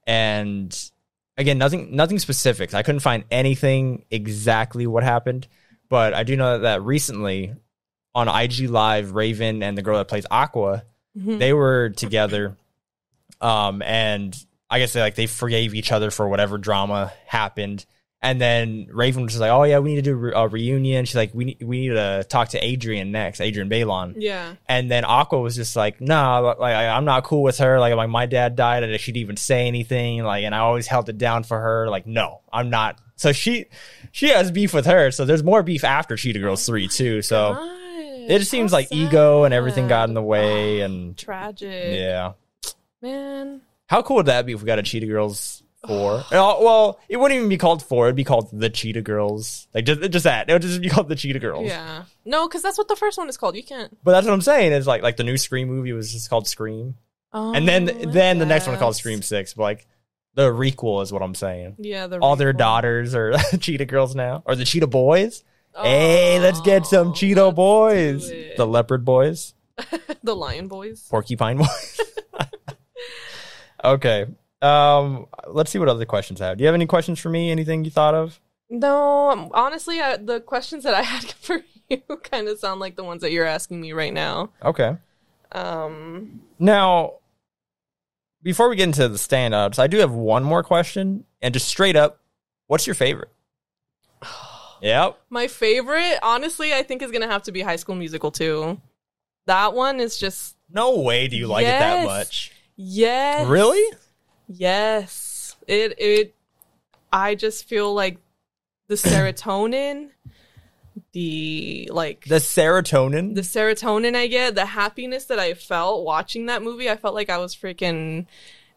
A: and again, nothing nothing specific. I couldn't find anything exactly what happened, but I do know that recently on IG Live, Raven and the girl that plays Aqua,
B: Mhm.
A: they were together, um, and. I guess they like they forgave each other for whatever drama happened. And then Raven was just like, "Oh yeah, we need to do a reunion." She's like, "We need we need to talk to Adrian next, Adrian Balon."
B: Yeah.
A: And then Aqua was just like, nah, like I- I'm not cool with her. Like my, my dad died, and she'd even say anything. Like, and I always held it down for her. Like, no, I'm not. So she she has beef with her. So there's more beef after Cheetah Girls three too. So it just seems like ego and everything got in the way. And
B: Tragic.
A: yeah,
B: Man.
A: how cool would that be if we got a Cheetah Girls four? And, uh, well, it wouldn't even be called four. It'd be called the Cheetah Girls. Like just just that. It would just be called the Cheetah Girls.
B: Yeah. No, because that's what the first one is called. You can't.
A: But that's what I'm saying. Is like like the new Scream movie was just called Scream. and then
B: Oh,
A: then the next one
B: yes.
A: called Scream Six, but like the requel is what I'm saying.
B: Yeah. The
A: All their
B: requel.
A: daughters are cheetah girls now, or the cheetah boys.
B: Oh,
A: hey, let's get some cheetah
B: let's
A: boys,
B: do it.
A: the leopard boys,
B: the lion boys.
A: porcupine boys. okay, um, let's see what other questions I have. Do you have any questions for me? Anything you thought of?
B: No, um, honestly, I, the questions that I had for you kind of sound like the ones that you're asking me right now.
A: Okay,
B: Um,
A: now. Before we get into the stand-ups, I do have one more question, and just straight up, what's your favorite? yep.
B: my favorite, honestly, I think is gonna have to be High School Musical too. That one is just
A: No way do you like it that
B: Yes.
A: much.
B: yes,
A: Really?
B: yes. It it, I just feel like the serotonin, the like
A: The serotonin?
B: the serotonin I get, the happiness that I felt watching that movie, I felt like I was freaking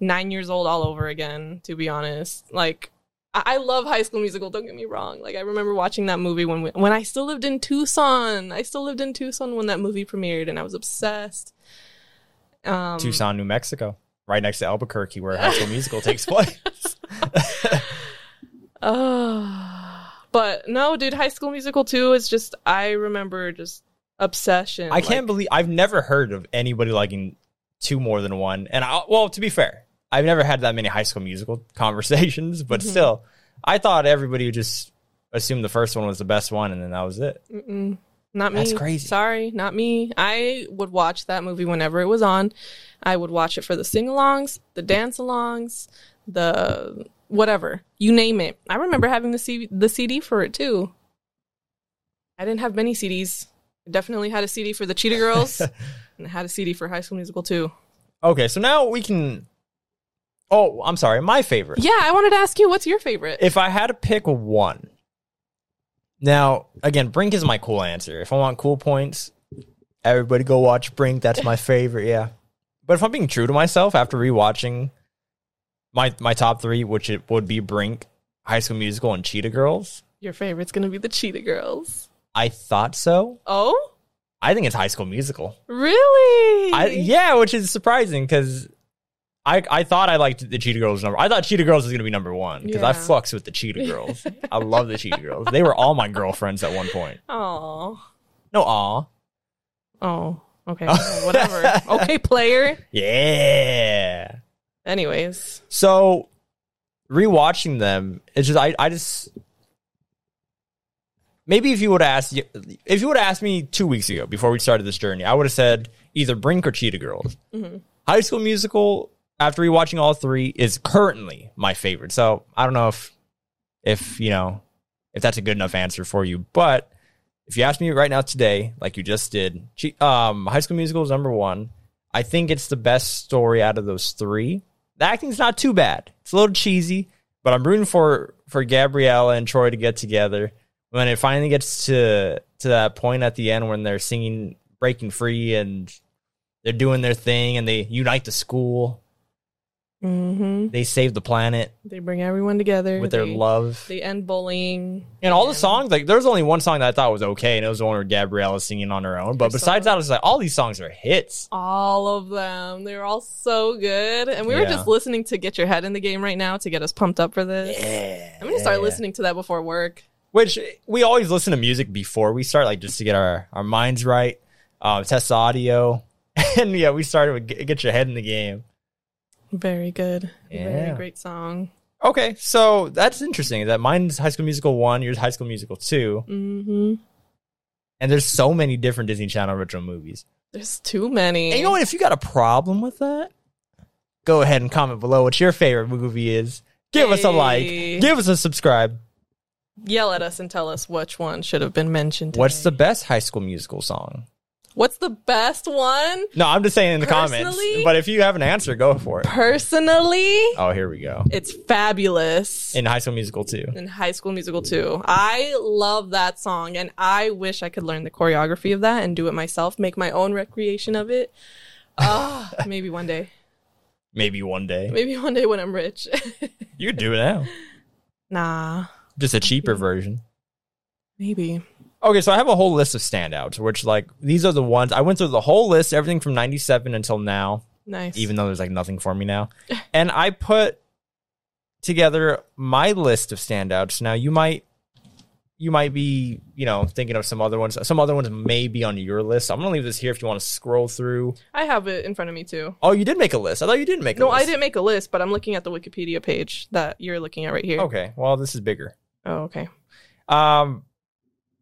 B: nine years old all over again, to be honest. Like, I, I love High School Musical, don't get me wrong. Like, I remember watching that movie when, we- when I still lived in Tucson. I still lived in Tucson when that movie premiered, and I was obsessed. Um,
A: Tucson, New Mexico, right next to Albuquerque, where High School Musical takes place.
B: ah. but no, dude, High School Musical 2 is just, I remember just obsession.
A: I can't believe I've never heard of anybody liking two more than one. And I, well, to be fair, I've never had that many High School Musical conversations, but still, I thought everybody would just assume the first one was the best one, and then that was it.
B: Mm-mm. Not me.
A: That's crazy.
B: Sorry, not me. I would watch that movie whenever it was on. I would watch it for the sing-alongs, the dance-alongs, the whatever you name it. I remember having the C- the CD for it too. I didn't have many CDs. I definitely had a CD for the Cheetah Girls, and I had a CD for High School Musical too.
A: Okay, so now we can. Oh, I'm sorry, my favorite.
B: Yeah, I wanted to ask you, what's your favorite?
A: if I had to pick one, now again, Brink is my cool answer. If I want cool points, everybody go watch Brink. That's my favorite. Yeah, but if I'm being true to myself after rewatching my my top three, which it would be Brink, High School Musical, and Cheetah Girls.
B: your favorite's gonna be the Cheetah Girls.
A: I thought so.
B: Oh,
A: I think it's High School Musical.
B: really?
A: I, yeah, which is surprising because. I, I thought I liked the Cheetah Girls number. I thought Cheetah Girls was gonna be number one because I
B: Yeah.
A: fucks with the Cheetah Girls. I love the Cheetah Girls. They were all my girlfriends at one point.
B: Oh.
A: No, aw.
B: Oh, okay. Whatever. okay, player.
A: Yeah.
B: Anyways.
A: So rewatching them, it's just I, I just maybe if you would ask if you would ask me two weeks ago before we started this journey, I would have said either Brink or Cheetah Girls. High School Musical. After rewatching all three, is currently my favorite. So I don't know if if you know if that's a good enough answer for you, but if you ask me right now today, like you just did, Che- um, High School Musical is number one. I think it's the best story out of those three. The acting's not too bad. It's a little cheesy, but I'm rooting for for Gabriella and Troy to get together. When it finally gets to to that point at the end when they're singing "Breaking Free" and they're doing their thing and they unite the school,
B: Mm-hmm.
A: they save the planet
B: They bring everyone together
A: with their
B: They-
A: love.
B: They end bullying.
A: And all the songs, like there's only one song that I thought was okay, and it was the one where Gabrielle is singing on her own. But besides that, it's like all these songs are hits.
B: All of them. They're all so good. And we were
A: Yeah.
B: just listening to Get Your Head in the Game right now to get us pumped up for this.
A: Yeah.
B: I'm going to start listening to that before work.
A: Which we always listen to music before we start, like just to get our, our minds right, uh, test the audio. And yeah, we started with Get, Get Your Head in the Game.
B: Very good.
A: Yeah.
B: Very great song.
A: Okay, so that's interesting that mine's High School Musical 1, yours High School Musical 2.
B: Mm-hmm.
A: And there's so many different Disney Channel original movies.
B: There's too many.
A: And you know what? If you got a problem with that, go ahead and comment below what your favorite movie is. Give us a like.
B: Hey.
A: Give us a subscribe.
B: Yell at us and tell us which one should have been mentioned. Today.
A: What's the best High School Musical song?
B: What's the best one?
A: No, I'm just saying in the comments.
B: Personally?
A: But if you have an answer, go for it.
B: Personally,
A: Oh, here we go.
B: it's fabulous.
A: In High School Musical too.
B: in High School Musical 2. I love that song and I wish I could learn the choreography of that and do it myself, make my own recreation of it. Ah, maybe one day.
A: Maybe one day.
B: Maybe one day when I'm rich.
A: You could do it now.
B: nah,
A: Just a cheaper version.
B: maybe.
A: Okay, so I have a whole list of standouts, which like these are the ones I went through the whole list, everything from '97 until now,
B: Nice.
A: even though there's like nothing for me now. And I put together my list of standouts. Now you might, you might be, you know, thinking of some other ones. Some other ones may be on your list. I'm gonna leave this here if you want to scroll through.
B: I have it in front of me too.
A: Oh, you did make a list. I thought you didn't make. a
B: No,
A: list.
B: I didn't make a list, but I'm looking at the Wikipedia page that you're looking at right here.
A: Okay, well this is bigger.
B: Oh, okay.
A: Um,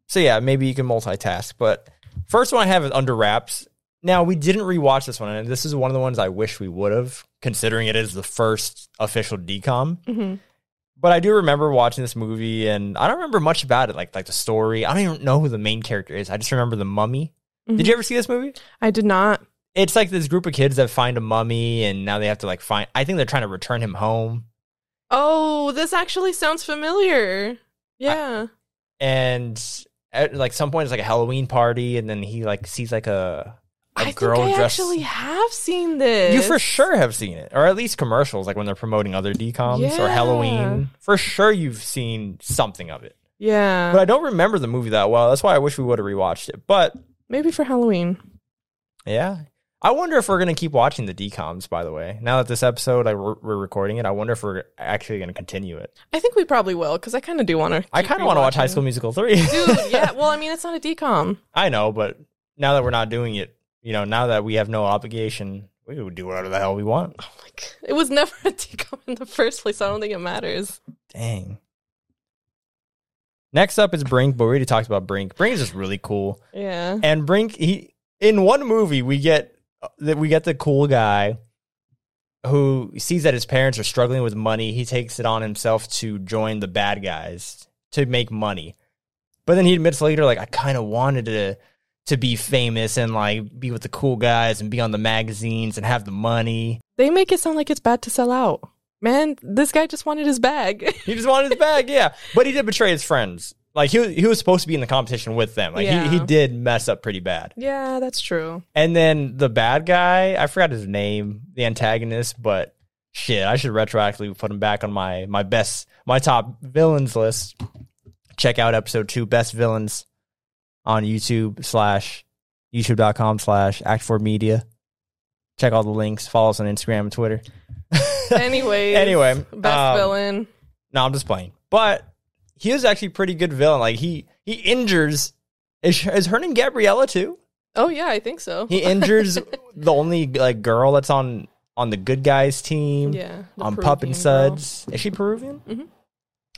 A: so yeah, maybe you can multitask. But first one I have is Under Wraps. Now we didn't rewatch this one, and this is one of the ones I wish we would have, considering it is the first official decom.
B: Mhm.
A: But I do remember watching this movie, and I don't remember much about it, like like the story. I don't even know who the main character is. I just remember the mummy. Did you ever see this movie?
B: I did not.
A: It's like this group of kids that find a mummy, and now they have to like find. I think they're trying to return him home,
B: Oh, this actually sounds familiar. Yeah.
A: and at like some point it's like a Halloween party, and then he like sees like a a
B: I, think
A: girl
B: I
A: dressed.
B: actually have seen this.
A: You for sure have seen it, or at least commercials, like when they're promoting other decoms or
B: Yeah.
A: Halloween. For sure, you've seen something of it,
B: Yeah.
A: but I don't remember the movie that well. That's why I wish we would have rewatched it. But
B: Maybe for Halloween.
A: yeah, I wonder if we're gonna keep watching the decoms. By the way, now that this episode like, we're, we're recording it, I wonder if we're actually gonna continue it.
B: I think we probably will because I kind of do want to.
A: I kind of want to watch High School Musical three.
B: Dude, yeah. Well, I mean, it's not a decom.
A: I know, but now that we're not doing it, you know, now that we have no obligation, we would do whatever the hell we want. Oh,
B: Like, it was never a decom in the first place. I don't think it matters.
A: Dang. Next up is Brink, but we already talked about Brink. Brink is just really cool.
B: Yeah.
A: And Brink, he in one movie we get that we get the cool guy who sees that his parents are struggling with money. He takes it on himself to join the bad guys to make money. But then he admits later, like I kind of wanted to to be famous and like be with the cool guys and be on the magazines and have the money.
B: They make it sound like it's bad to sell out. Man, this guy just wanted his bag.
A: He just wanted his bag, yeah. But he did betray his friends. Like he was- he was supposed to be in the competition with them. Like
B: Yeah.
A: he, he did mess up pretty bad.
B: yeah, that's true.
A: And then the bad guy, I forgot his name, the antagonist, but shit, I should retroactively put him back on my my best my top villains list. Check out episode two, best villains on YouTube slash youtube.com slash act for media. Check all the links. Follow us on Instagram and Twitter.
B: Anyways.
A: Anyway,
B: Best
A: um,
B: villain.
A: No, I'm just playing. But he is actually a pretty good villain. Like he he injures is, is her name Gabriella too?
B: Oh, yeah, I think so.
A: He injures the only like girl that's on on the good guys team.
B: yeah. the
A: on
B: Peruvian
A: Pup and
B: girl.
A: Suds. Is she Peruvian?
B: Mhm.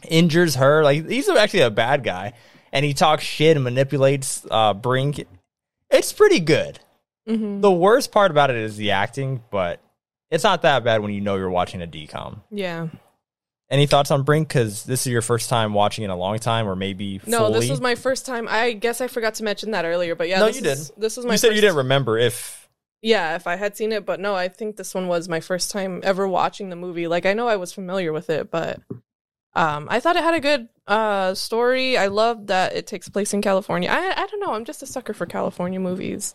A: Injures her. Like he's actually a bad guy, and he talks shit and manipulates uh, Brink. It's pretty good.
B: Mhm.
A: The worst part about it is the acting, but it's not that bad when you know you're watching a decom.
B: Yeah.
A: Any thoughts on Brink? Because this is your first time watching in a long time, or maybe
B: No,
A: fully.
B: this was my first time. I guess I forgot to mention that earlier, but yeah.
A: No,
B: this
A: you
B: is- This was my
A: you said you
B: first-
A: didn't remember if
B: Yeah, if I had seen it, but no, I think this one was my first time ever watching the movie. Like I know I was familiar with it, but um I thought it had a good uh story. I love that it takes place in California. I I don't know, I'm just a sucker for California movies.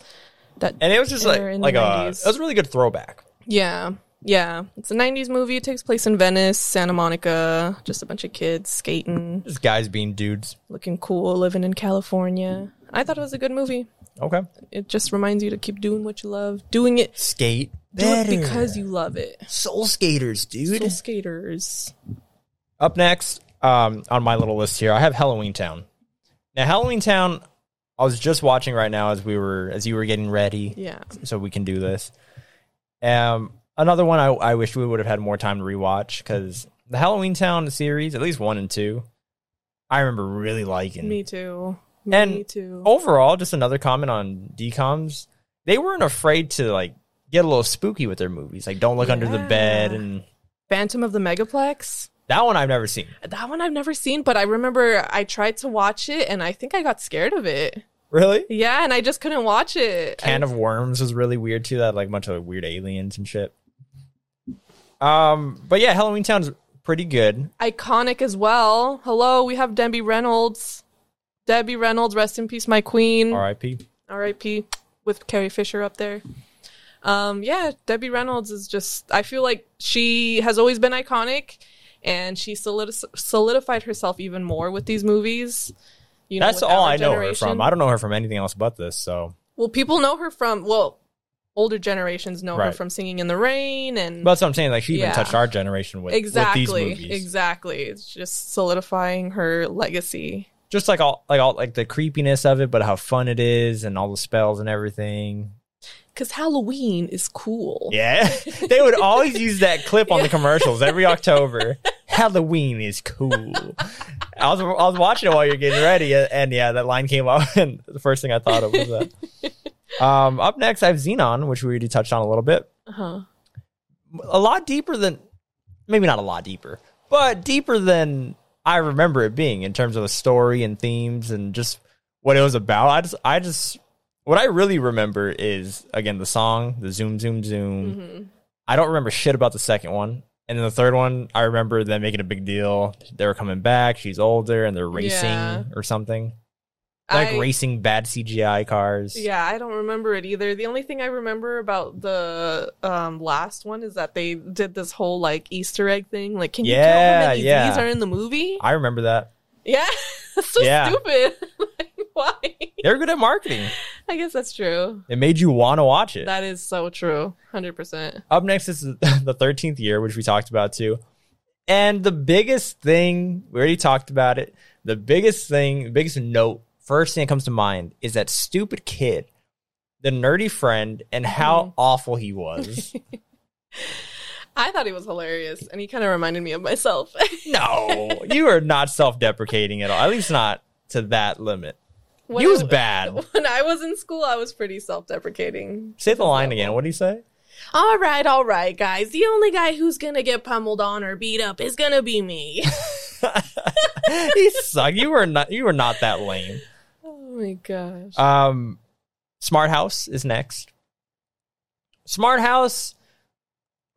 B: That
A: and it was just like
B: They're in the
A: like a
B: 90s.
A: it was a really good throwback.
B: yeah. Yeah. It's a 90s movie. It takes place in Venice, Santa Monica, just a bunch of kids skating,
A: Just guys being dudes.
B: looking cool, living in California. I thought it was a good movie.
A: Okay,
B: It just reminds you to keep doing what you love, doing it,
A: skate
B: do it because you love it.
A: soul skaters, dude.
B: Little skaters.
A: Up next, um, on my little list here, I have Halloween Town. Now, Halloween Town, I was just watching right now as we were as you were getting ready,
B: Yeah.
A: so we can do this. Um, another one I, I wish we would have had more time to rewatch because the Halloween Town series, at least one and two, I remember really liking.
B: Me too. Me
A: And oh
B: too.
A: Overall, just another comment on DComs, they weren't afraid to like get a little spooky with their movies. Like Don't Look Under the Bed
B: Yeah.
A: and
B: Phantom of the Megaplex.
A: that one I've never seen.
B: That one I've never seen, but I remember I tried to watch it and I think I got scared of it.
A: Really?
B: Yeah, and I just couldn't watch it.
A: Can
B: I-
A: of Worms was really weird too. That like a bunch of weird aliens and shit. Um, but yeah, Halloween Town's pretty good.
B: iconic as well. Hello, we have Debbie Reynolds. Debbie Reynolds, rest in peace, my queen.
A: R.I.P.
B: R.I.P. with Carrie Fisher up there. Um, yeah, Debbie Reynolds is just, I feel like she has always been iconic and she solidi- solidified herself even more with these movies. You know,
A: That's
B: with
A: all
B: our
A: I know
B: generation.
A: her from. I don't know her from anything else but this. So,
B: well, people know her from, well, older generations know her
A: Right.
B: from Singing in the Rain and.
A: but that's what I'm saying. Like she even
B: Yeah.
A: touched our generation with
B: exactly.
A: with these movies.
B: Exactly. It's just solidifying her legacy.
A: Just like all like all like the creepiness of it, but how fun it is and all the spells and everything.
B: Because Halloween is cool.
A: Yeah, they would always use that clip on the commercials every October. Halloween is cool. I was I was watching it while you're getting ready, uh, and yeah, that line came up, and the first thing I thought of was that. Um, up next, I have Xenon, which we already touched on a little bit.
B: Uh-huh.
A: A lot deeper than, maybe not a lot deeper, but deeper than I remember it being in terms of the story and themes and just what it was about. I just, I just, what I really remember is again the song, the zoom, zoom, zoom.
B: hmm
A: I don't remember shit about the second one. And then the third one, I remember them making a big deal. They were coming back. She's older and they're racing
B: Yeah.
A: or something. Like
B: I,
A: racing bad CGI cars.
B: Yeah, I don't remember it either. The only thing I remember about the um, last one is that they did this whole like Easter egg thing. Like, can you tell
A: Yeah,
B: how many
A: yeah.
B: Z's are in the movie?
A: I remember that.
B: yeah, that's so
A: Yeah.
B: stupid. like, why?
A: They're good at marketing.
B: I guess that's true.
A: It made you want to watch it.
B: That is so true. Hundred percent.
A: Up next is the 13th year, which we talked about too. And the biggest thing, we already talked about it. The biggest thing, the biggest note, first thing that comes to mind is that stupid kid, the nerdy friend, and how awful he was.
B: I thought he was hilarious, and he kind of reminded me of myself.
A: No, Oh, you are not self-deprecating at all. At least not to that limit.
B: When
A: he
B: I
A: was
B: w-
A: bad.
B: When I was in school, I was pretty self-deprecating.
A: Say the line again. What do you say?
B: All right, all right, guys. The only guy who's gonna get pummeled on or beat up is gonna be me.
A: he sucked. You were not. You were not that lame.
B: oh my gosh.
A: Um, Smart House is next. Smart House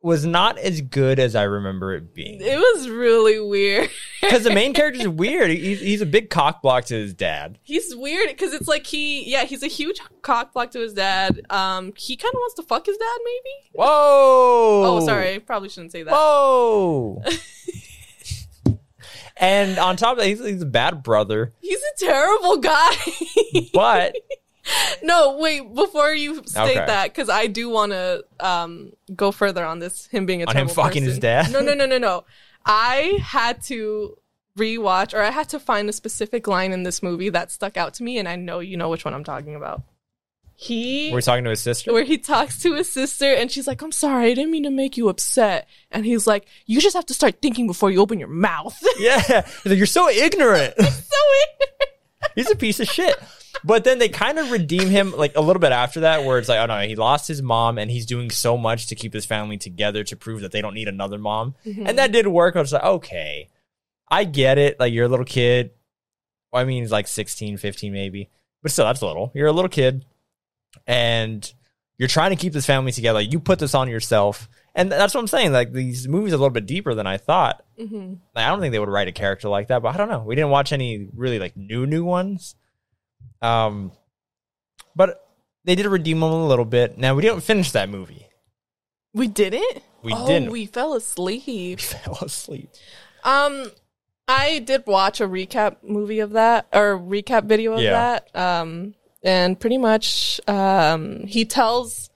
A: was not as good as I remember it being
B: It was really weird.
A: because the main character is weird. He- He's, he's a big cock block to his dad.
B: He's weird because it's like he, yeah, he's a huge cock block to his dad. Um, he kind of wants to fuck his dad, maybe.
A: Whoa.
B: Oh,
A: Oh,
B: sorry, I probably shouldn't say that.
A: Whoa. and on top of that, he's, he's a bad brother.
B: He's a terrible guy.
A: But
B: no, wait, before you state
A: Okay.
B: that, because I do want to um go further on this him being a
A: On him
B: terrible
A: fucking his
B: person.
A: dad?
B: No, no, no, no, no. I had to rewatch, or I had to find a specific line in this movie that stuck out to me, and I know you know which one I'm talking about. He
A: we're talking to his sister.
B: where he talks to his sister and she's like, I'm sorry, I didn't mean to make you upset. And he's like, You just have to start thinking before you open your mouth. so
A: Yeah. He's like, You're so ignorant.
B: it,
A: He's a piece of shit. But then they kind of redeem him like a little bit after that, where it's like, oh no, he lost his mom and he's doing so much to keep his family together to prove that they don't need another mom. And that did work. I was like, okay, I get it. Like, you're a little kid. Well, I mean, he's like 16, 15, maybe. But still, that's little. You're a little kid and you're trying to keep this family together. Like, you put this on yourself. And that's what I'm saying. Like, these movies are a little bit deeper than I thought.
B: Mhm.
A: Like, I don't think they would write a character like that, but I don't know. We didn't watch any really like new new ones. Um, but they did redeem them a little bit. Now we didn't finish that movie.
B: We didn't?
A: We
B: oh,
A: didn't.
B: We fell asleep.
A: We fell asleep.
B: Um I did watch a recap movie of that or recap video of
A: Yeah.
B: that. Um and pretty much um he tells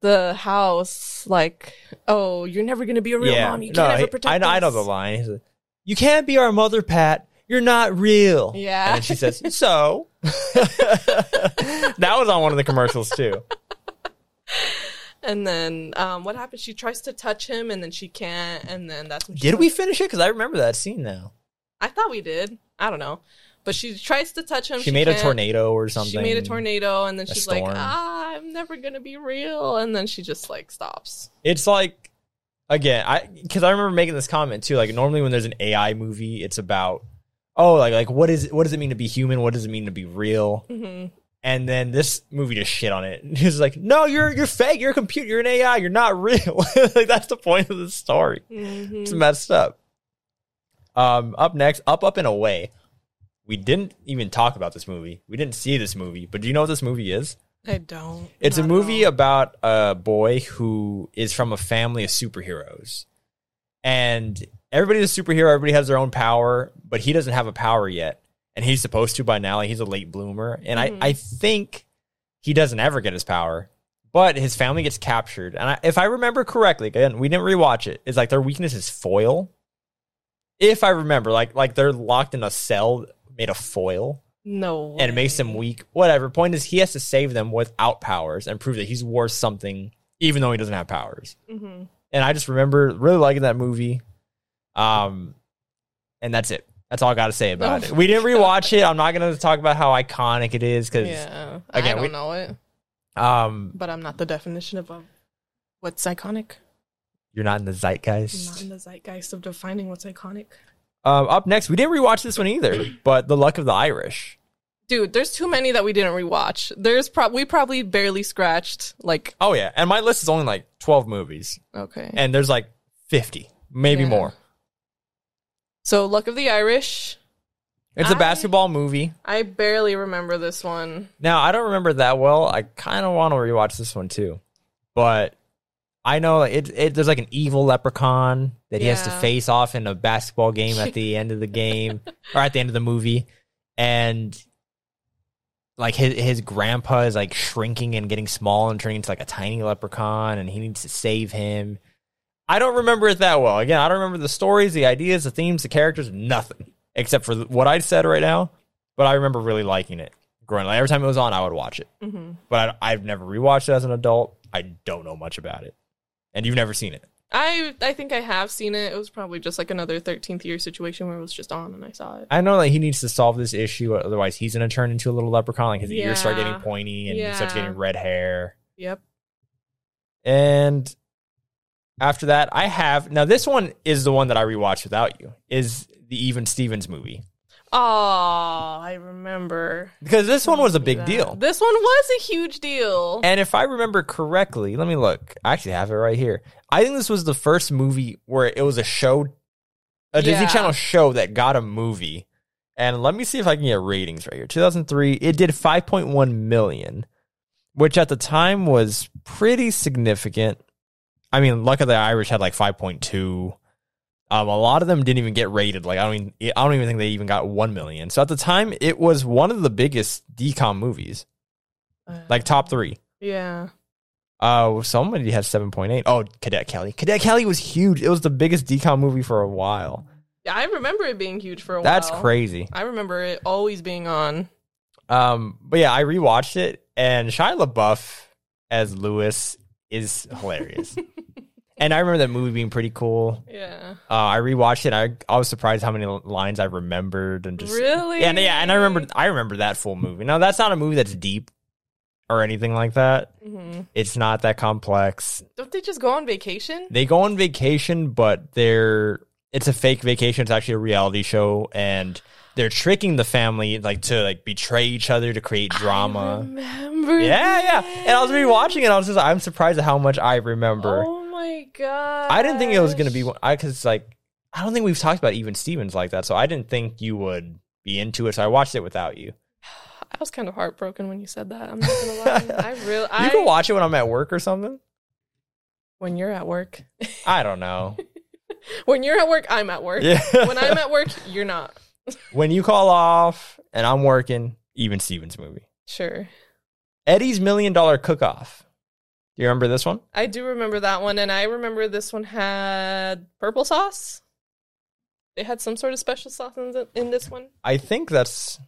B: the house like, Oh, you're never gonna be a real
A: yeah,
B: mom. You
A: no,
B: can't ever
A: I-
B: protect
A: I, know- I know
B: us."
A: the line. He's like, you can't be our mother, Pat. You're not real.
B: Yeah.
A: and then she says, "So." that was on one of the commercials too.
B: And then um, what happens? She tries to touch him, and then she can't. And then that's when she
A: Did we
B: touch-
A: finish it? Because I remember that scene now.
B: I thought we did. I don't know, But she tries to touch him.
A: She, made a
B: can't.
A: tornado or something.
B: She made a tornado, and then she's like,
A: storm.
B: "Ah, I'm never gonna be real," and then she just like stops.
A: It's like again, I because I remember making this comment too. Like normally when there's an AI movie, it's about oh like like what is what does it mean to be human? What does it mean to be real?
B: hmm
A: And then this movie just shit on it. It's like no, you're you're fake. You're a computer. You're an AI. You're not real. like that's the point of the story.
B: hmm
A: It's messed up. Um, up next, up up and away. We didn't even talk about this movie. We didn't see this movie, but do you know what this movie is?
B: I don't.
A: It's a
B: not at
A: movie
B: all.
A: about a boy who is from a family of superheroes. And everybody's a superhero, everybody has their own power, but he doesn't have a power yet. And he's supposed to by now. Like he's a late bloomer. And
B: Mhm.
A: I, I think he doesn't ever get his power. But his family gets captured. And I, if I remember correctly, again, we didn't rewatch it, it's like their weakness is foil. If I remember, like like they're locked in a cell made of foil
B: no,
A: and it makes
B: way.
A: him weak. Whatever. Point is, he has to save them without powers and prove that he's worth something, even though he doesn't have powers.
B: Mhm.
A: And I just remember really liking that movie. Um, and that's it. That's all I got to say about
B: Oh
A: it. We didn't rewatch it. I'm not going to talk about how iconic it is because,
B: Yeah, I
A: again,
B: don't
A: we-
B: know it,
A: um,
B: but I'm not the definition of um, what's iconic.
A: you're not in the
B: I'm not
A: zeitgeist.
B: in the zeitgeist of defining what's iconic.
A: Um, up next, we didn't rewatch this one either, but The Luck of the Irish.
B: Dude, there's too many that we didn't rewatch. There's prob we probably barely scratched. Like,
A: Oh yeah, and my list is only like 12 movies,
B: okay.
A: and there's like 50, maybe
B: Yeah.
A: more.
B: So, Luck of the Irish.
A: It's a
B: I-
A: basketball movie.
B: I barely remember this one.
A: Now I don't remember that well. I kind of want to rewatch this one too, but I know like, it, it. There's like an evil leprechaun that he has to
B: Yeah.
A: face off in a basketball game at the end of the game or at the end of the movie, and like his his grandpa is like shrinking and getting small and turning into like a tiny leprechaun, and he needs to save him. I don't remember it that well. Again, I don't remember the stories, the ideas, the themes, the characters, nothing except for what I said right now. But I remember really liking it growing. Like every time it was on, I would watch it.
B: hmm
A: But I, I've never rewatched it as an adult. I don't know much about it, and you've never seen it.
B: I I think I have seen it. It was probably just like another 13th year situation where it was just on and I saw it.
A: I know that he needs to solve this issue, otherwise he's gonna turn into a little leprechaun. Like his ears start getting
B: Yeah.
A: pointy, and he starts
B: Yeah.
A: getting red hair.
B: Yep.
A: And after that, I have now this one is the one that I rewatched without you. Is the Even Stevens movie
B: Oh, I remember.
A: because this one was a big
B: that.
A: deal.
B: This one was a huge deal.
A: And if I remember correctly, let me look. I actually have it right here. I think this was the first movie where it was a show, a Disney
B: Yeah.
A: Channel show that got a movie. And let me see if I can get ratings right here. 2003, it did 5.1 million, which at the time was pretty significant. I mean, Luck of the Irish had like 5.2. Um, a lot of them didn't even get rated. Like I don't, even, I don't even think they even got one million. So at the time, it was one of the biggest decom movies, like top three.
B: yeah.
A: Oh, somebody had 7.8. Oh, Cadet Kelly. Cadet Kelly was huge. It was the biggest decom movie for a while.
B: I remember it being huge for a while.
A: That's crazy.
B: I remember it always being on.
A: Um, but yeah, I rewatched it, and Shia LaBeouf as Lewis is hilarious. and I remember that movie being pretty cool.
B: Yeah.
A: Uh, I rewatched it. I, I was surprised how many l- lines I remembered and just
B: Really?
A: Yeah, and yeah, and I remember I remember that full movie. Now that's not a movie that's deep or anything like that.
B: Mhm.
A: It's not that complex.
B: Don't they just go on vacation?
A: they go on vacation, but they're it's a fake vacation. It's actually a reality show, and they're tricking the family like to like betray each other to create
B: I
A: drama.
B: remember.
A: Yeah, yeah.
B: this.
A: And I was rewatching it. I was just I'm surprised at how much I remember.
B: Oh my god.
A: I didn't think it was gonna be one- I because like I don't think we've talked about even Stevens like that, so I didn't think you would be into it. So I watched it without you.
B: I was kind of heartbroken when you said that. I'm not gonna lie. I really. I,
A: you can watch it when I'm at work or something.
B: when you're at work.
A: I don't know.
B: When you're at work, I'm at work.
A: Yeah.
B: When I'm at work, you're not.
A: when you call off and I'm working, even Stevens movie.
B: Sure.
A: Eddie's Million Dollar Cook Off. Do you remember this one?
B: I do remember that one, and I remember this one had purple sauce. They had some sort of special sauce in, th- in this one.
A: I think that's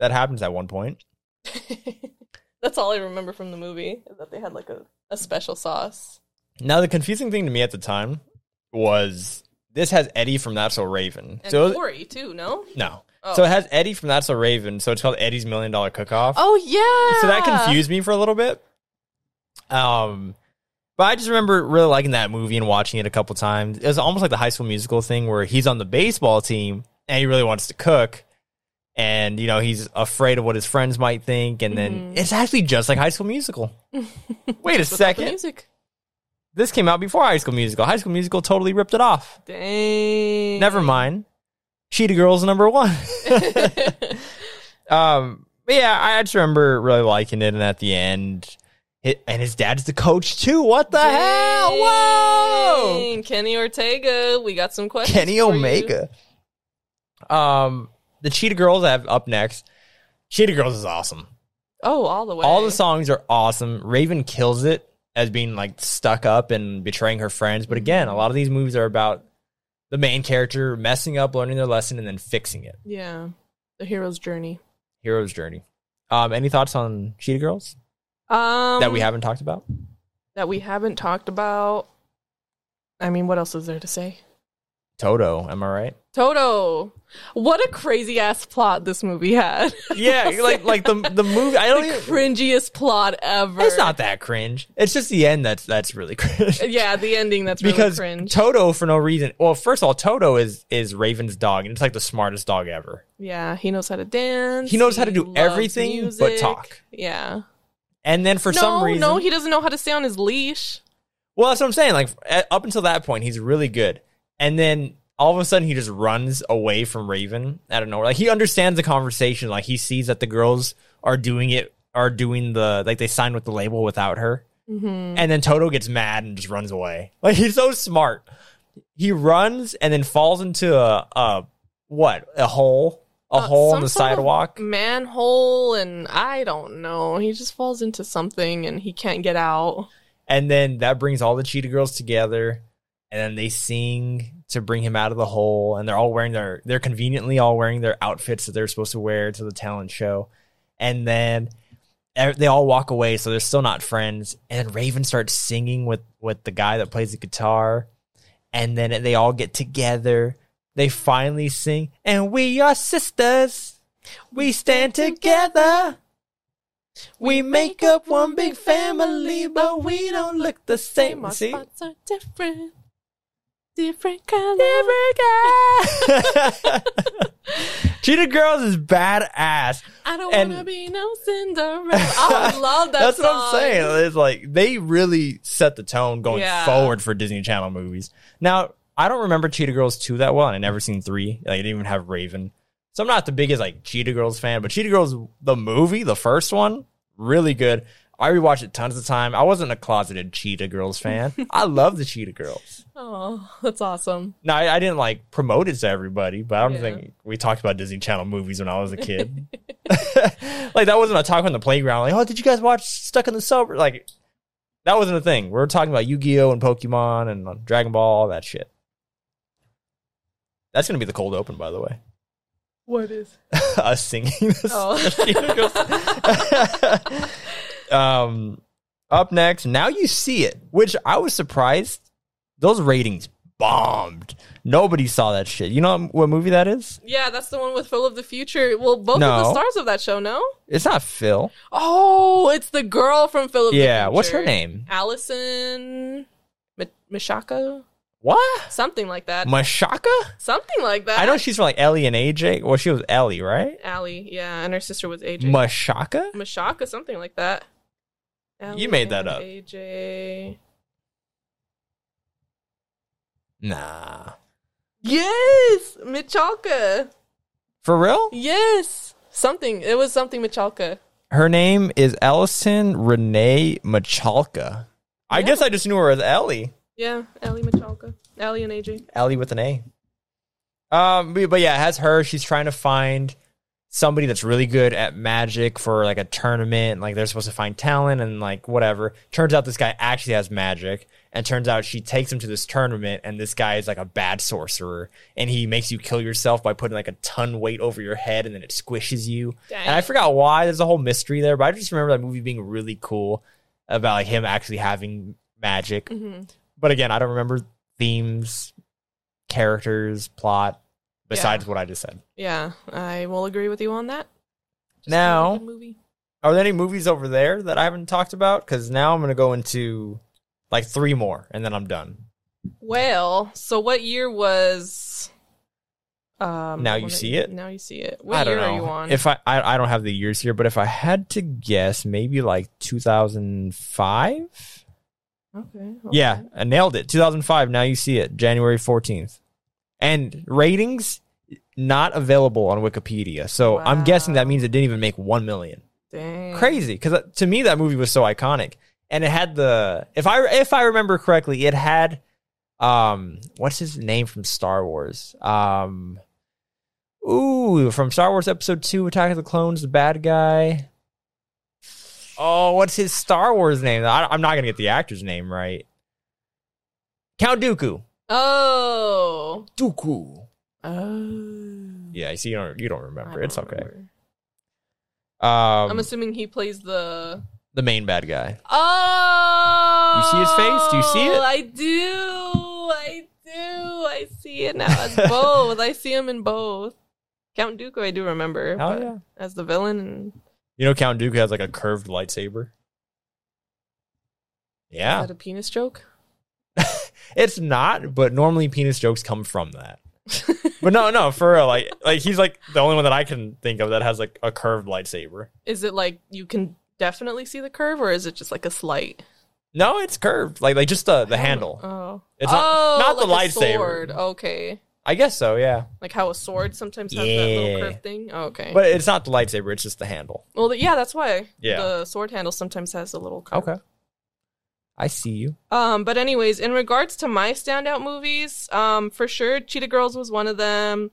A: that happens at one point.
B: That's all I remember from the movie is that they had like a, a special sauce.
A: Now the confusing thing to me at the time was this has Eddie from That's So Raven.
B: And
A: so it was-
B: Corey too, no?
A: no,
B: Oh.
A: So it has Eddie from That's a Raven. So it's called Eddie's Million Dollar Cook Off.
B: Oh yeah.
A: So that confused me for a little bit. Um, but I just remember really liking that movie and watching it a couple times. It was almost like the High School Musical thing where he's on the baseball team and he really wants to cook, and you know he's afraid of what his friends might think, and then it's actually just like High School Musical. Wait a
B: Mm-hmm. Without the
A: second,
B: music.
A: this came out before High School Musical. High School Musical totally ripped it off.
B: Dang.
A: Never mind. Cheetah Girls number one. Um, but yeah, I just remember really liking it, and at the end, it, and his dad's the coach too. What the hell? Whoa,
B: Dang, Kenny Ortega. We got some questions.
A: Kenny
B: for you.
A: Omega. Um, the Cheetah Girls I have up next. Cheetah Girls is awesome.
B: Oh, all the way.
A: All the songs are awesome. Raven kills it as being like stuck up and betraying her friends. But again, a lot of these movies are about the main character messing up, learning their lesson, and then fixing it.
B: Yeah. The hero's journey.
A: Hero's journey. Um, any thoughts on Cheetah Girls
B: Um,
A: that we haven't talked about?
B: that we haven't talked about. I mean, what else is there to say?
A: Toto, am I right?
B: Toto. What a crazy ass plot this movie had.
A: Yeah, like like the the movie. I
B: the
A: don't. even,
B: cringiest plot ever.
A: it's not that cringe. It's just the end that's that's really cringe.
B: Yeah, the ending that's
A: because
B: really cringe.
A: Toto for no reason. Well, first of all, Toto is is Raven's dog, and it's like the smartest dog ever.
B: yeah, he knows how to dance.
A: He knows how to do
B: loves
A: everything but
B: music.
A: talk.
B: Yeah.
A: And then for
B: no,
A: some reason,
B: no, he doesn't know how to stay on his leash.
A: well, that's what I'm saying. Like a- up until that point, he's really good, and then all of a sudden, he just runs away from Raven. I don't know. Like he understands the conversation. Like he sees that the girls are doing it, are doing the like they signed with the label without her.
B: Mm-hmm.
A: And then Toto gets mad and just runs away. Like he's so smart. He runs and then falls into a, a what? A hole? A hole in the sidewalk?
B: manhole, and I don't know. He just falls into something and he can't get out.
A: And then that brings all the cheetah girls together. And then they sing to bring him out of the hole. And they're all wearing their they're conveniently all wearing their outfits that they're supposed to wear to the talent show. And then e- they all walk away, so they're still not friends. And then Raven starts singing with with the guy that plays the guitar. And then they all get together. They finally sing, and we are sisters. We stand together. We make up one big family, but we don't look the same.
B: Our
A: See?
B: Oh, spots are different, different color.
A: Cheetah Girls is badass.
B: I don't
A: And-
B: want to be no Cinderella. Oh, I love that.
A: That's what
B: song.
A: I'm saying. It's like they really set the tone going
B: Yeah.
A: forward for Disney Channel movies. Now, I don't remember Cheetah Girls 2 that well, and I never seen 3. Like, I didn't even have Raven. So I'm not the biggest like Cheetah Girls fan, but Cheetah Girls the movie, the first one, really good. I rewatched it tons of time. I wasn't a closeted Cheetah Girls fan. I love the Cheetah Girls.
B: Oh, that's awesome.
A: Now I, I didn't like promote it to everybody, but I don't
B: Yeah.
A: think we talked about Disney Channel movies when I was a kid. like that wasn't a talk on the playground. Like, oh, did you guys watch Stuck in the Summer? Like that wasn't a thing. We were talking about Yu Gi Oh and Pokemon and uh, Dragon Ball, all that shit. That's gonna be the cold open, by the way.
B: What is?
A: Us singing this.
B: Oh.
A: um, up next, now you see it, which I was surprised. Those ratings bombed. Nobody saw that shit. You know what movie that is?
B: yeah, that's the one with Phil of the Future. Well, both of
A: No.
B: the stars of that show, no?
A: It's not Phil.
B: Oh, it's the girl from Phil of the
A: Yeah, what's her
B: Future.
A: name?
B: Allison M- Mashaka,
A: What?
B: something like that.
A: Mashaka?
B: something like that.
A: I know she's from like Ellie and AJ. Well, she was Ellie, right?
B: Allie, yeah, and her sister was AJ.
A: Mashaka?
B: Mashaka, something like that. Allie
A: made that
B: and
A: up.
B: AJ.
A: Nah.
B: Yes, Michalka.
A: For real?
B: Yes, something. It was something Michalka.
A: Her name is Allison Renee Machalka. I
B: Yeah.
A: guess I just knew her as Ellie.
B: Yeah, Allie Michalka. Allie and AJ.
A: Ellie with an A. Um, but, but yeah, it has her. She's trying to find somebody that's really good at magic for like a tournament. Like they're supposed to find talent and like whatever. Turns out this guy actually has magic, and turns out she takes him to this tournament, and this guy is like a bad sorcerer, and he makes you kill yourself by putting like a ton weight over your head, and then it squishes you.
B: Dang.
A: And I forgot why. There's a whole mystery there, but I just remember that movie being really cool about like him actually having magic
B: hmm
A: but again, I don't remember themes, characters, plot. besides what I just said.
B: Yeah, I will agree with you on that. Just
A: Now-
B: another movie.
A: Are there any movies over there that I haven't talked about? Because now I'm going to go into like three more and then I'm done.
B: Well, so what year was? Um,
A: Now you
B: what-
A: see it?
B: Now you see it. What
A: I don't
B: year
A: know.
B: are you on?
A: If I, I I don't have the years here, but if I had to guess, maybe like 2005.
B: okay,
A: Yeah,
B: okay.
A: I nailed it. 2005. Now you see it. January 14th. And ratings not available on Wikipedia. So I'm guessing that
B: Wow.
A: means it didn't even make 1 million.
B: Dang.
A: Crazy cuz to me that movie was so iconic. And it had the if I if I remember correctly, it had um what's his name from Star Wars? Um Ooh, from Star Wars episode 2 Attack of the Clones, the bad guy. Oh, what's his Star Wars name? I, I'm not going to get the actor's name right. Count Dooku.
B: Oh.
A: Dooku.
B: Oh.
A: Yeah, I see you don't you don't remember. it's okay.
B: remember.
A: Um
B: I'm assuming he plays the.
A: the main bad guy.
B: Oh.
A: see his face? Do you see it?
B: I do. I do. I see it now. It's both. I see him in both. Count Dooku, I do remember.
A: Hell
B: but
A: Oh, yeah.
B: As the villain. And,
A: You know Count Dooku has like a curved lightsaber?
B: Is
A: Yeah.
B: that a penis joke?
A: It's not, but normally penis jokes come from that. but no, no, for real, like like he's like the only one that I can think of that has like a curved lightsaber.
B: Is it like you can definitely see the curve, or is it just like a slight?
A: No, it's curved. Like like just the the handle.
B: Oh.
A: It's not- not the
B: like a
A: lightsaber.
B: sword. Okay.
A: I guess so, yeah.
B: Like how a sword sometimes has that little
A: Yeah.
B: curved thing. Oh, okay.
A: But it's not the lightsaber, it's just the handle.
B: Well, th- yeah, that's why
A: Yeah.
B: the sword handle sometimes has a little curve.
A: Okay. I see you.
B: Um, but anyways, in regards to my standout movies, um, for sure, Cheetah Girls was one of them.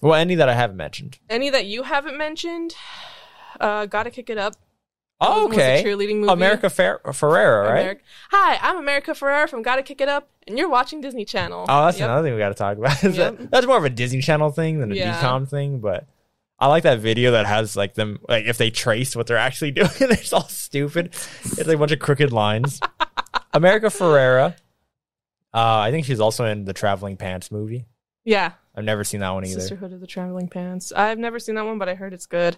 A: Well, any that I haven't mentioned.
B: Any that you haven't mentioned, uh, gotta kick it up.
A: Oh,
B: Was- was a
A: okay.
B: cheerleading movie.
A: America Fer- Ferrera, right?
B: Ameri- Hi, I'm America Ferrera from Gotta Kick It Up, and you're watching Disney Channel.
A: Oh, that's
B: Yep.
A: another thing we got to talk about. Is that-
B: Yep.
A: that's more of a Disney Channel thing than a
B: Yeah.
A: DCOM thing, but I like that video that has like them like if they trace what they're actually doing, it's all stupid. It's like a bunch of crooked lines. America Ferrera. Uh, I think she's also in the Traveling Pants movie.
B: Yeah,
A: I've never seen that one either.
B: Sisterhood of the Traveling Pants. I've never seen that one, but I heard it's good.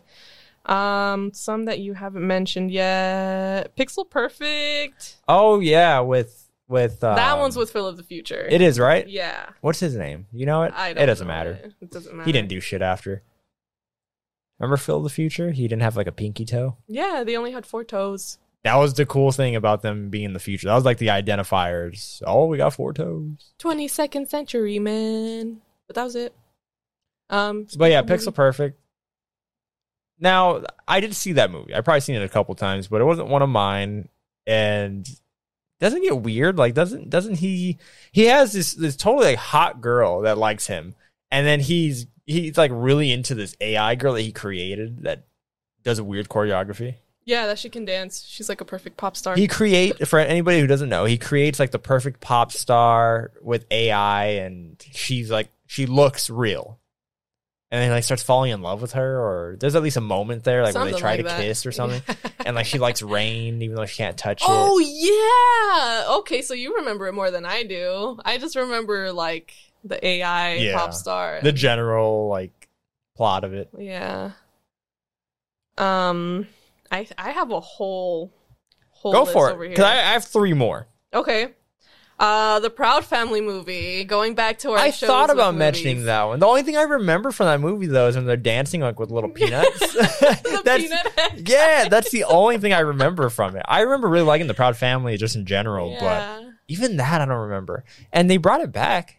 B: Um, some that you haven't mentioned yet. Pixel Perfect.
A: Oh yeah, with with uh
B: that one's with Phil of the Future.
A: It is right.
B: Yeah.
A: What's his name? You know it.
B: I don't
A: it doesn't
B: know
A: matter.
B: It. It doesn't matter.
A: He didn't do shit after. Remember Phil the Future? He didn't have like a pinky toe.
B: Yeah, they only had four toes.
A: That was the cool thing about them being the future. That was like the identifiers. Oh, we got four toes.
B: 22nd century, man. But that was it. Um,
A: But yeah,
B: movie.
A: Pixel Perfect. Now, I did see that movie. I probably seen it a couple times, but it wasn't one of mine. And doesn't it get weird? Like doesn't doesn't he he has this this totally like hot girl that likes him. And then he's he's like really into this AI girl that he created that does a weird choreography.
B: Yeah, that she can dance. She's like a perfect pop star.
A: He create for anybody who doesn't know, he creates like the perfect pop star with AI, and she's like she looks real, and then he, like starts falling in love with her, or there's at least a moment there like when they
B: Something
A: try
B: like
A: to
B: that.
A: kiss or something, and like she likes rain even though she can't touch
B: Oh
A: it.
B: yeah. Okay, so you remember it more than I do. I just remember like the AI
A: Yeah.
B: pop star.
A: The general like plot of it.
B: yeah. Um, I I have a whole whole
A: Go
B: list
A: for
B: over
A: it,
B: here.
A: because I, I have three more.
B: okay. Uh, the Proud Family movie. Going back to our
A: I
B: shows
A: thought
B: with
A: about mentioning
B: movies.
A: that one. The only thing I remember from that movie though is when they're dancing like with little peanuts.
B: The
A: That's-
B: peanut head.
A: Yeah, that's the only thing I remember from it. I remember really liking the Proud Family just in general, but
B: Yeah.
A: even that I don't remember. And they brought it back.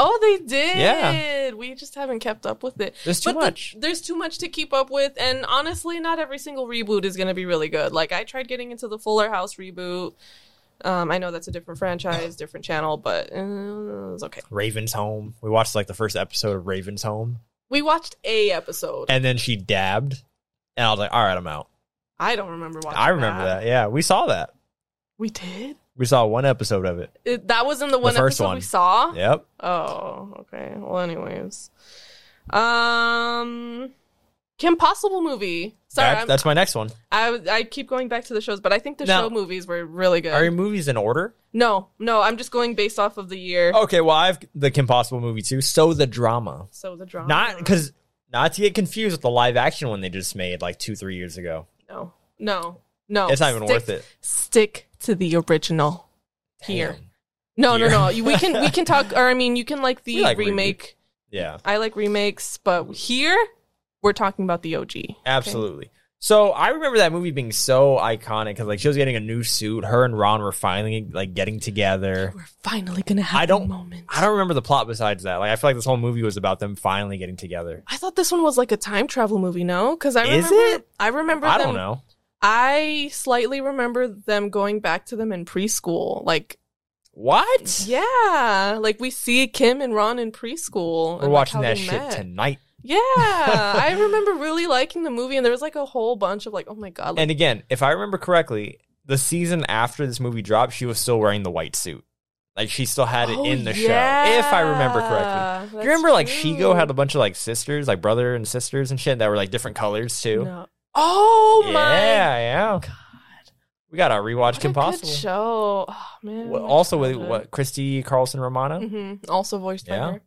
B: Oh, they did.
A: Yeah.
B: We just haven't kept up with it.
A: There's too
B: But the-
A: much.
B: there's too much to keep up with, and honestly, not every single reboot is going to be really good. Like I tried getting into the Fuller House reboot. Um, I know that's a different franchise, different channel, but uh, it's okay.
A: Raven's Home. We watched like the first episode of Raven's Home,
B: We watched a episode.
A: and then she dabbed, and I was like, "All right, I'm out."
B: I don't remember watching.
A: I remember that. Yeah, we saw that.
B: We did.
A: We saw one episode of it.
B: It, that wasn't the one
A: first
B: episode
A: one.
B: we saw.
A: Yep.
B: Oh, okay. Well, anyways, um, Kim Possible movie. Sorry,
A: That-
B: I'm,
A: that's my next one.
B: I was- I keep going back to the shows, but I think the
A: Now-
B: show movies were really good.
A: Are your movies in order?
B: no, no, I'm just going based off of the year.
A: Okay, well, I have the Kim Possible movie too. So the drama,
B: So the drama.
A: not because not to get confused with the live action one they just made like two three years ago.
B: no, no, no.
A: It's not even
B: Stick-
A: worth it.
B: Stick to the original. Here,
A: Damn.
B: no,
A: Here.
B: no, no. You- We can we can talk, or I mean, you can like the
A: We like
B: remake.
A: Yeah,
B: I like remakes, but here we're talking about the OG.
A: absolutely. So I remember that movie being so iconic because like she was getting a new suit. Her and Ron were finally like getting together.
B: We're finally gonna have
A: I
B: the
A: don't-
B: moment.
A: I don't remember the plot besides that. Like I feel like this whole movie was about them finally getting together.
B: I thought this one was like a time travel movie, no? Because I
A: Is
B: remember.
A: it?
B: I remember.
A: I
B: them,
A: don't know.
B: I slightly remember them going back to them in preschool. Like,
A: What?
B: yeah, like we see Kim and Ron in preschool.
A: We're
B: and, like,
A: watching
B: how
A: that
B: they
A: shit
B: met.
A: tonight.
B: Yeah, I remember really liking the movie, and there was like a whole bunch of like, oh my god, like,
A: And again, if I remember correctly, the season after this movie dropped, she was still wearing the white suit. Like she still had it
B: oh,
A: in the show, if I remember correctly.
B: yeah,
A: Do
B: that's
A: you remember like
B: true.
A: Shigo had a bunch of like sisters, like brother and sisters and shit that were like different colors too?
B: No. Oh
A: yeah,
B: my
A: yeah.
B: god.
A: We gotta rewatch
B: What a
A: Kim
B: Good
A: Possible.
B: show. Oh, man.
A: Well, Also with what Christy Carlson Romano,
B: hmm Also voiced
A: Yeah.
B: by her.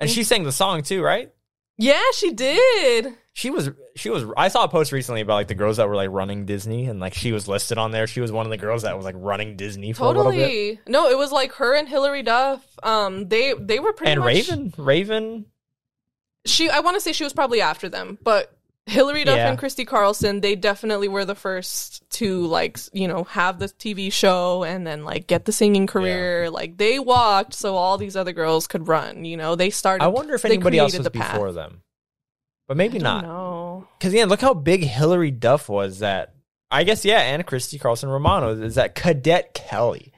A: and she sang the song too, right?
B: Yeah, she did.
A: She was she was. I saw a post recently about like the girls that were like running Disney, and like she was listed on there. She was one of the girls that was like running Disney for a little bit.
B: Totally. No, it was like her and Hilary Duff. Um, they they were pretty
A: and
B: much,
A: Raven, Raven,
B: She, I want to say she was probably after them, but Hilary Duff
A: Yeah.
B: and Christy Carlson, they definitely were the first to like s- you know have the TV show and then like get the singing career. Like they walked, so all these other girls could run. You know, they started.
A: I wonder if
B: they
A: anybody else was
B: created the path.
A: before them, but maybe not.
B: No.
A: Because yeah, look how big Hillary Duff was. That I guess yeah, and Christy Carlson Romano is that Cadet Kelly.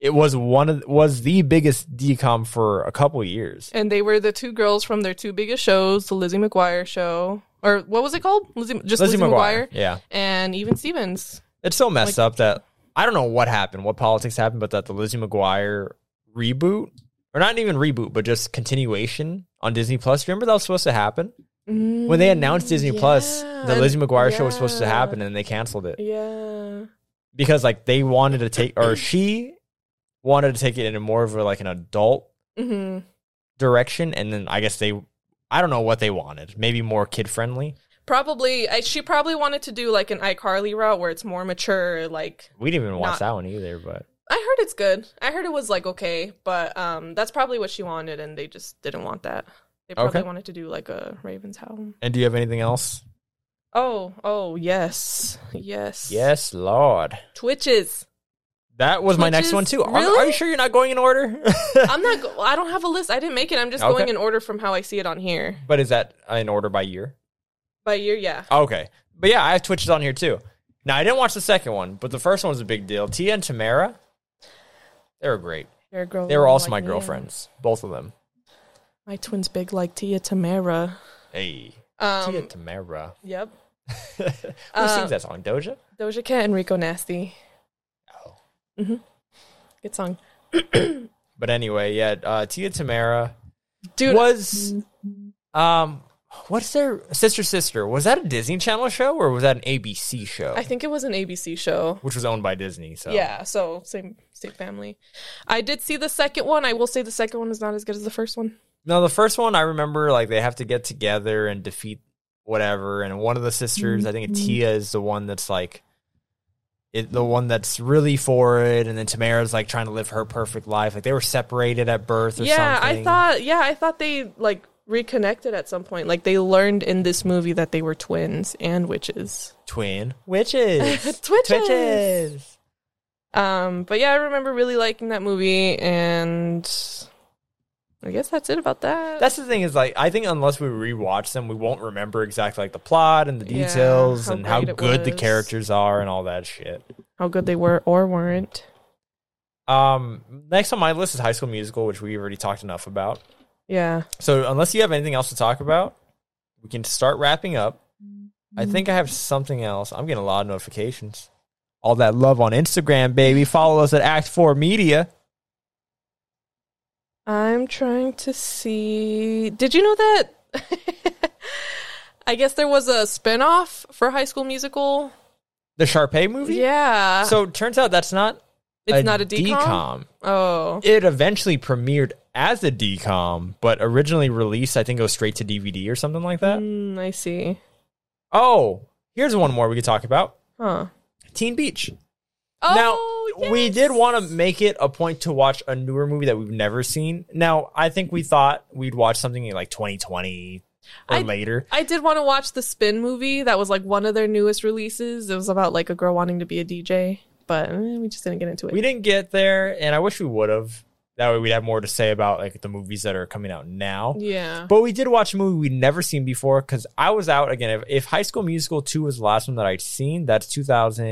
A: It was one of was the biggest decom for a couple years.
B: And they were the two girls from their two biggest shows, the Lizzie McGuire show, or what was it called? Lizzie, just Lizzie, McGuire,
A: yeah,
B: and even Stevens.
A: it's so messed up that I don't know what happened, what politics happened, but that the Lizzie McGuire reboot or not even reboot, but just continuation on Disney Plus. Remember that was supposed to happen when they announced Disney
B: Mm,
A: Plus. The Lizzie McGuire show was supposed to happen, and they canceled it.
B: Yeah.
A: because like they wanted to take or she wanted to take it in a more of a, like an adult
B: hmm
A: direction and then i guess they i don't know what they wanted maybe more kid friendly
B: Probably, I, she probably wanted to do like an iCarly route where it's more mature. Like,
A: we didn't even watch
B: Not-
A: that one either but
B: I heard it's good. I heard it was like okay, but um, that's probably what she wanted, and they just didn't want that. They probably
A: Okay.
B: wanted to do like a Raven's Home.
A: and do you have anything else
B: Oh, oh, yes, yes,
A: yes lord
B: Twitches.
A: that was my next
B: Switches?
A: one too Are- are,
B: Really?
A: you sure you're not going in order
B: I'm not. Go- I don't have a list. I didn't make it. I'm just
A: Okay.
B: going in order from how I see it on here.
A: but is that in order by year
B: By year, yeah.
A: okay but yeah i have twitches on here too now i didn't watch the second one but the first one was a big deal tia and tamara they were great
B: They're girl.
A: they were also my
B: like,
A: girlfriends both of them
B: yeah. My twin's big like Tia Tamara.
A: hey
B: Um.
A: Tia Tamara.
B: Yep.
A: Who
B: Uh,
A: sings that song? Doja?
B: Doja Cat and Rico Nasty. Mm-hmm.
A: Oh.
B: Good song,
A: But anyway, yeah, uh, Tia Tamara
B: dude.
A: was um what's their sister sister? Was that a Disney Channel show or was that an ABC show?
B: I think it was an ABC show.
A: Which was owned by Disney, so
B: Yeah. So same same family. I did see the second one. I will say the second one is not as good as the first one.
A: No, the first one I remember like they have to get together and defeat whatever and one of the sisters, I think
B: Mm-hmm.
A: Tia is the one that's like it, the one that's really for it, and then Tamara's like trying to live her perfect life. Like they were separated at birth or
B: yeah,
A: something.
B: I thought. Yeah, I thought they like reconnected at some point. Like they learned in this movie that they were twins and witches.
A: twin witches.
B: Twitches.
A: Twitches.
B: Um, but yeah, I remember really liking that movie, and I guess that's it about that.
A: That's the thing is like I think unless we rewatch them, we won't remember exactly like the plot and the
B: Yeah,
A: details
B: how
A: and how
B: great it
A: good the
B: was.
A: characters are and all that shit.
B: how good they were or weren't.
A: Um, next on my list is High School Musical, which we already talked enough about.
B: Yeah,
A: So unless you have anything else to talk about, we can start wrapping up.
B: Mm-hmm.
A: I think I have something else. I'm getting a lot of notifications. All that love on Instagram, baby. Follow us at Act Four Media.
B: I'm trying to see. Did you know that? I guess there was a spinoff for High School Musical.
A: The Sharpay movie?
B: Yeah.
A: So it turns out that's not
B: it's not a decom. Oh.
A: It eventually premiered as a decom, but originally released, I think it was straight to DVD or something like that.
B: Mm, I see.
A: Oh, here's one more we could talk about.
B: Huh.
A: Teen Beach.
B: Oh,
A: now, we
B: yes!
A: did want to make it a point to watch a newer movie that we've never seen. Now, I think we thought we'd watch something in like 2020 or
B: I-
A: later.
B: I did want to watch the Spin movie. That was like one of their newest releases. It was about like a girl wanting to be a DJ, but eh, we just didn't get into it.
A: We didn't get there, and I wish we would have. That way, we'd have more to say about like the movies that are coming out now.
B: yeah.
A: But we did watch a movie we'd never seen before because I was out again. If, if High School Musical 2 was the last one that I'd seen, that's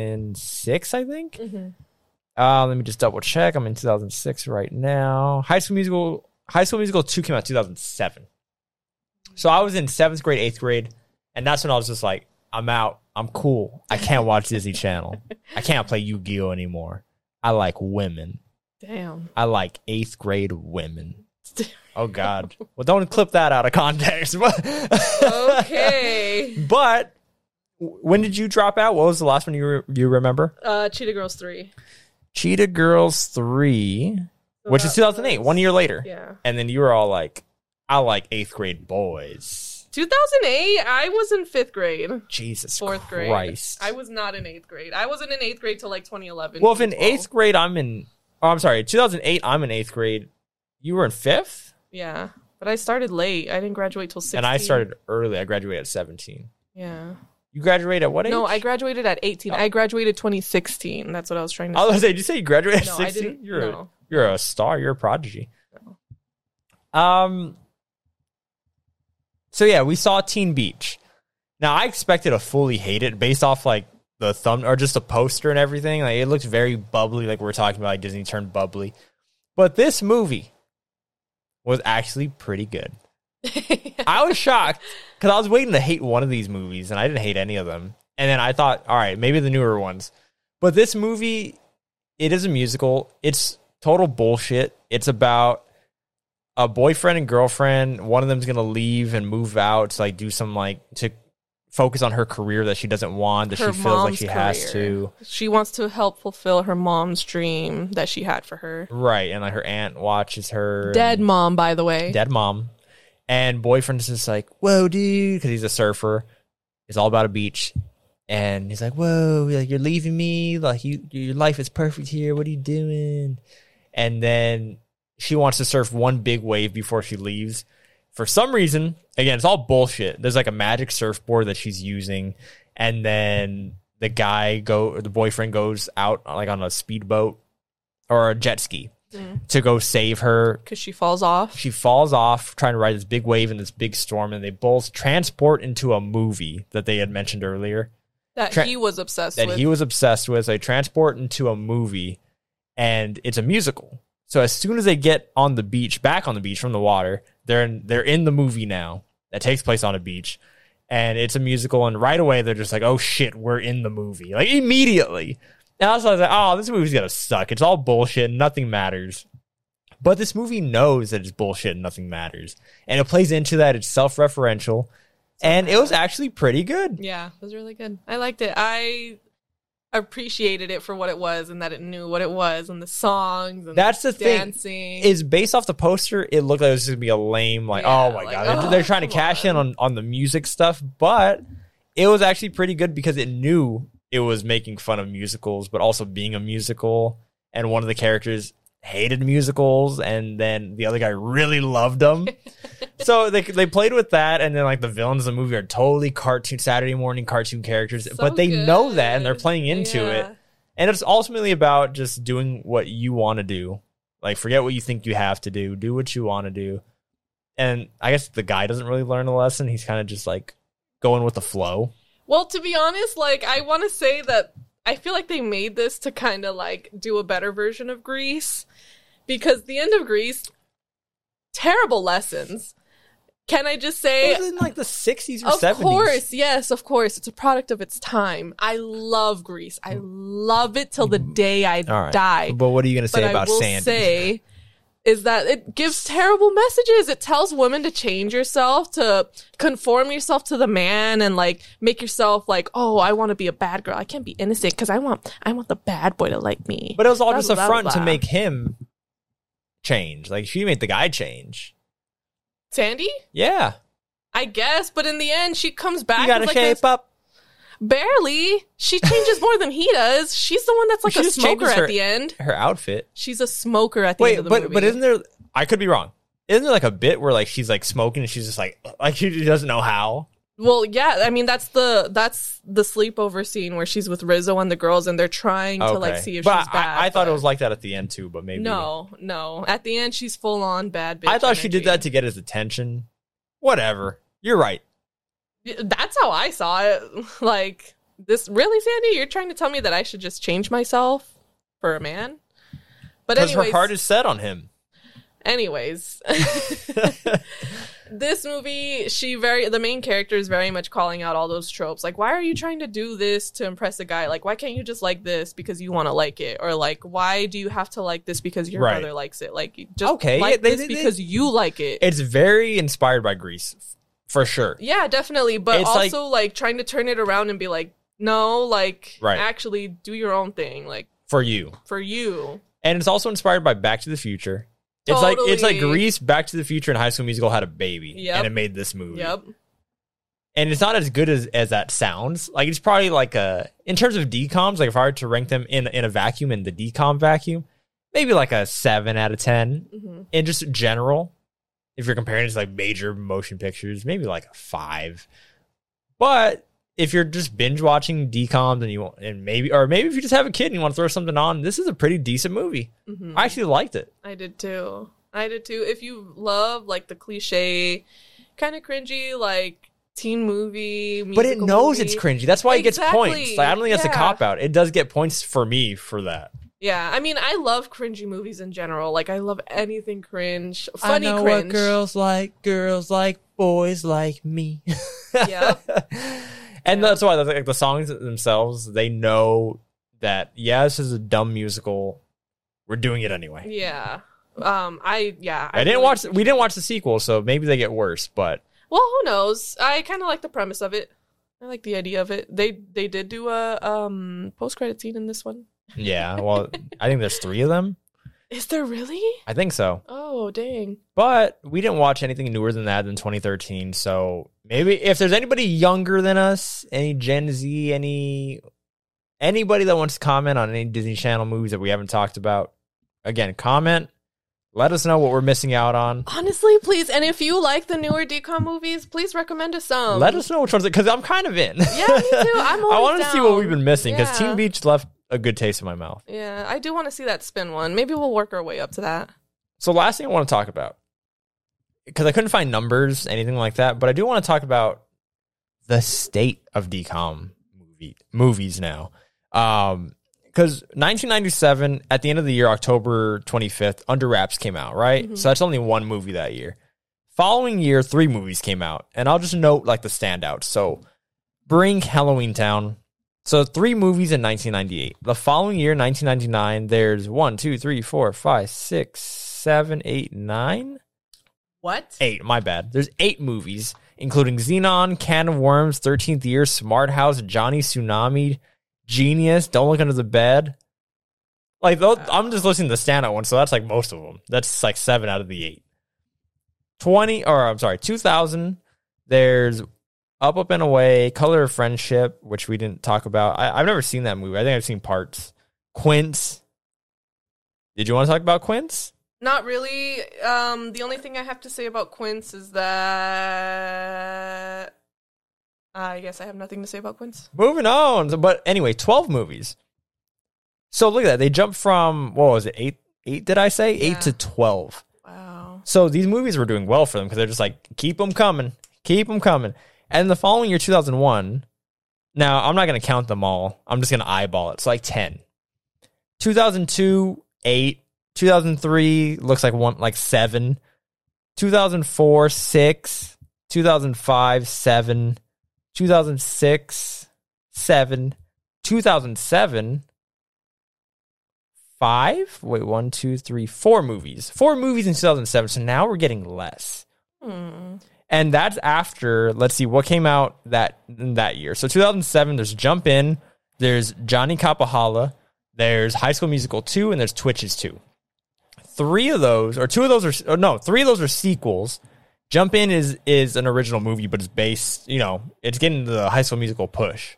A: 2006, I think.
B: Mhm.
A: Uh, let me just double check. I'm in 2006 right now. High School Musical High School Musical 2 came out 2007. So I was in seventh grade, eighth grade, and that's when I was just like, I'm out. I'm cool. I can't watch Disney Channel. I can't play Yu Gi Oh anymore. I like women.
B: Damn.
A: I like eighth grade women. Oh God. Well, don't clip that out of context. but
B: Okay.
A: But w- when did you drop out? What was the last one you re- you remember?
B: uh, Cheetah Girls three,
A: Cheetah Girls three, which is
B: that
A: 2008,
B: was-
A: one year later.
B: Yeah.
A: And then you were all like, "I like eighth grade boys."
B: 2008. I was in fifth grade,
A: Jesus
B: fourth grade.
A: Christ.
B: I was not in eighth grade. I wasn't in eighth grade till like 2011.
A: well, if in
B: people.
A: eighth grade I'm in, oh, I'm sorry, 2008 I'm in eighth grade. You were in fifth,
B: Yeah, but I started late. I didn't graduate till 16.
A: and I started early. I graduated at 17.
B: Yeah.
A: You graduated at what age?
B: No, I graduated at
A: Oh.
B: 18. I graduated 2016. That's what I was trying to.
A: I was
B: say.
A: gonna say, did you say you graduated
B: No,
A: at
B: I
A: 16?
B: didn't-
A: You're, a,
B: no.
A: you're a star. You're a prodigy. Um. So yeah, we saw Teen Beach. Now I expected to fully hate it based off like the thumb or just the poster and everything. Like it looked very bubbly, like we are talking about like Disney turned bubbly. But this movie was actually pretty good. I was shocked because I was waiting to hate one of these movies, and I didn't hate any of them. And then I thought, all right, maybe the newer ones. But this movie, it is a musical. It's total bullshit. It's about a boyfriend and girlfriend. One of them's gonna leave and move out to like do some like to focus on her career that she doesn't want that she
B: Her
A: feels like
B: mom's
A: she has
B: career.
A: to.
B: She wants to help fulfill her mom's dream that she had for her.
A: Right, and like her aunt watches her.
B: Dead
A: and-
B: mom, by the way.
A: dead mom, and boyfriend's just like, "Whoa, dude," because he's a surfer. It's all about a beach, and he's like, "Whoa, like you're leaving me. Like you, your life is perfect here. What are you doing?" And then she wants to surf one big wave before she leaves. For some reason, again, it's all bullshit. There's like a magic surfboard that she's using, and then the guy go, or the boyfriend goes out like on a speedboat or a jet ski to go save her
B: Because she falls off.
A: she falls off trying to ride this big wave in this big storm, and they both transport into a movie that they had mentioned earlier
B: That
A: Tra-
B: he was obsessed
A: that
B: with.
A: he was obsessed with. So they transport into a movie, and it's a musical. So as soon as they get on the beach, back on the beach from the water, they're in, they're in the movie now that takes place on a beach, and it's a musical. And right away they're just like, "Oh shit, we're in the movie!" Like immediately. And also I was like, "Oh, this movie's gonna suck. It's all bullshit. Nothing matters." But this movie knows that it's bullshit and nothing matters, and it plays into that. It's self-referential, and it was actually pretty good.
B: yeah, it was really good. I liked it. I appreciated it for what it was and that it knew what it was and the songs and
A: That's the thing.
B: dancing.
A: is based off the poster. It looked like it was just gonna be a lame, like,
B: Yeah,
A: oh my
B: like,
A: god,
B: oh,
A: They're- they're trying to
B: come
A: cash in on on the music stuff, but it was actually pretty good because it knew it was making fun of musicals, but also being a musical. And one of the characters hated musicals, and then the other guy really loved them. so they they played with that, and then like the villains of the movie are totally cartoon Saturday morning cartoon characters,
B: So
A: but they know that and they're
B: good.
A: playing into it.
B: Yeah.
A: And it's ultimately about just doing what you want to do. Like, forget what you think you have to do. Do what you want to do. And I guess the guy doesn't really learn a lesson. He's kind of just like going with the flow.
B: Well, to be honest, like I want to say that I feel like they made this to kind of like do a better version of Greece because the end of Greece terrible lessons. Can I just say
A: It was in like the 60s or
B: of
A: 70s.
B: course, yes, of course. It's a product of its time. I love Greece. I love it till the day I
A: All right.
B: die.
A: But what are you going to say
B: But I
A: about
B: will
A: Sandy?
B: say is that it gives terrible messages. It tells women to change yourself, to conform yourself to the man and like make yourself like, "Oh, I want to be a bad girl. I can't be innocent cuz I want I want the bad boy to like me."
A: But it was all
B: Blah,
A: just a
B: blah,
A: front
B: blah,
A: to
B: blah.
A: make him change. Like she made the guy change.
B: Sandy?
A: Yeah,
B: I guess, but in the end she comes back
A: you gotta
B: as, like
A: shape
B: this-
A: up.
B: barely. She changes more than he does. She's the one that's like
A: She
B: a
A: just changes
B: smoker
A: her-
B: at the end.
A: Her outfit.
B: She's a smoker at the end
A: Wait,
B: of the
A: but
B: movie.
A: but isn't there? I could be wrong. Isn't there like a bit where like she's like smoking and she's just like like she just doesn't know how?
B: Well, yeah, I mean that's the that's the sleepover scene where she's with Rizzo and the girls and they're trying to like see if
A: but
B: she's
A: I,
B: bad.
A: I thought
B: but-
A: it was like that at the end too, but maybe
B: No, no. At the end she's full on bad bitch.
A: I thought she did that
B: energy.
A: to get his attention. Whatever. You're right.
B: That's how I saw it. Like this really Sandy, you're trying to tell me that I should just change myself for a man? But
A: Because her
B: anyways,
A: heart is set on him.
B: anyways. this movie she very the main character is very much calling out all those tropes like why are you trying to do this to impress a guy like why can't you just like this because you want to like it or like why do you have to like this because your
A: Right.
B: brother likes it like you just
A: Okay, yeah,
B: like
A: they-
B: this
A: they- they-
B: because you like it
A: It's very inspired by Greece, f- for sure.
B: yeah definitely but
A: It's like-
B: also like, trying to turn it around and be like no like
A: Right.
B: actually do your own thing like
A: For you.
B: for you
A: And it's also inspired by Back to the Future. It's like it's like
B: Totally.
A: Greece, Back to the Future, and High School Musical had a baby.
B: Yep.
A: And it made this movie.
B: yep
A: And it's not as good as, as that sounds. Like it's probably like a in terms of decoms, like if I were to rank them in in a vacuum in the decom vacuum, maybe like a seven out of ten.
B: hmm
A: in just general, if you're comparing it to like major motion pictures, maybe like a five. But if you're just binge watching decoms and you want, and maybe or maybe if you just have a kid and you want to throw something on, this is a pretty decent movie.
B: hmm
A: I actually liked it.
B: I did too. I did too. If you love like the cliche, kind of cringy, like teen movie,
A: But it
B: musical
A: knows
B: movie-
A: it's cringy. That's why
B: Exactly.
A: it gets points. Like, I don't think that's a
B: Yeah.
A: cop out. It does get points for me for that.
B: Yeah, I mean, I love cringy movies in general. Like, I love anything cringe, funny cringe.
A: like. Girls like boys like me.
B: Yep.
A: and
B: Yeah.
A: that's why the, like, the songs themselves, they know that yeah, this is a dumb musical. We're doing it anyway.
B: Yeah. Um. I yeah.
A: I, didn't
B: really-
A: watch. We didn't watch the sequel, so maybe they get worse. But
B: Well, who knows? I kind of like the premise of it. I like the idea of it. They they did do a um post credit scene in this one.
A: yeah, well, I think there's three of them.
B: Is there really?
A: I think so.
B: Oh dang.
A: But we didn't watch anything newer than that in 2013. So maybe if there's anybody younger than us, any Gen Z, any anybody that wants to comment on any Disney Channel movies that we haven't talked about, again, comment. Let us know what we're missing out on.
B: Honestly, please. And if you like the newer decom movies, please recommend us some.
A: Let us know which ones because I'm kind of in.
B: Um, Yeah, me too. I'm
A: I
B: always
A: want to see what
B: down.
A: we've been missing because
B: Yeah.
A: Teen Beach left a good taste in my mouth.
B: Yeah, I do want to see that spin one. Maybe we'll work our way up to that.
A: So last thing I want to talk about because I couldn't find numbers, anything like that, but I do want to talk about the state of decom movie movies now. Um, because 1997, at the end of the year, October 25th, Under Wraps came out, right?
B: Mhm.
A: So that's only one movie that year. Following year, three movies came out, and I'll just note like the standouts. So, Bring Halloween Town. So three movies in 1998. The following year, 1999, there's one, two, three, four, five, six, seven, eight, nine,
B: What?
A: eight. My bad. There's eight movies, including Xenon, Can of Worms, 13th Year, Smart House, Johnny Tsunami, Genius, Don't Look Under the Bed. Like those, I'm just listening to the standout one, so that's like most of them. That's like seven out of the eight. Twenty, or I'm sorry, 2000. There's Up, Up and Away, Color of Friendship, which we didn't talk about. I, I've never seen that movie. I think I've seen parts. Quince. Did you want to talk about Quince?
B: Not really. Um, the only thing I have to say about Quince is that I guess I have nothing to say about Quince.
A: Moving on. So- But anyway, 12 movies. So look at that. They jumped from, what was it, eight? Eight, did I say?
B: Yeah.
A: Eight to 12.
B: Wow.
A: So these movies were doing well for them because they're just like, keep them coming, keep them coming. And the following year, 2001, now I'm not going to count them all. I'm just going to eyeball it. It's like 10. 2002, 8. 2003 looks like one, like 7. 2004, 6. 2005, 7. 2006, 7. 2007, five. Wait, one, two, three, four movies. Four movies in 2007. So now we're getting less. And that's after, let's see, what came out that that year. So 2007, there's Jump In, there's Johnny Capahala, there's High School Musical 2, and there's Twitches 2. Three of those, or two of those are, or no, three of those are sequels. Jump In is is an original movie, but it's based, you know, it's getting the High School Musical push.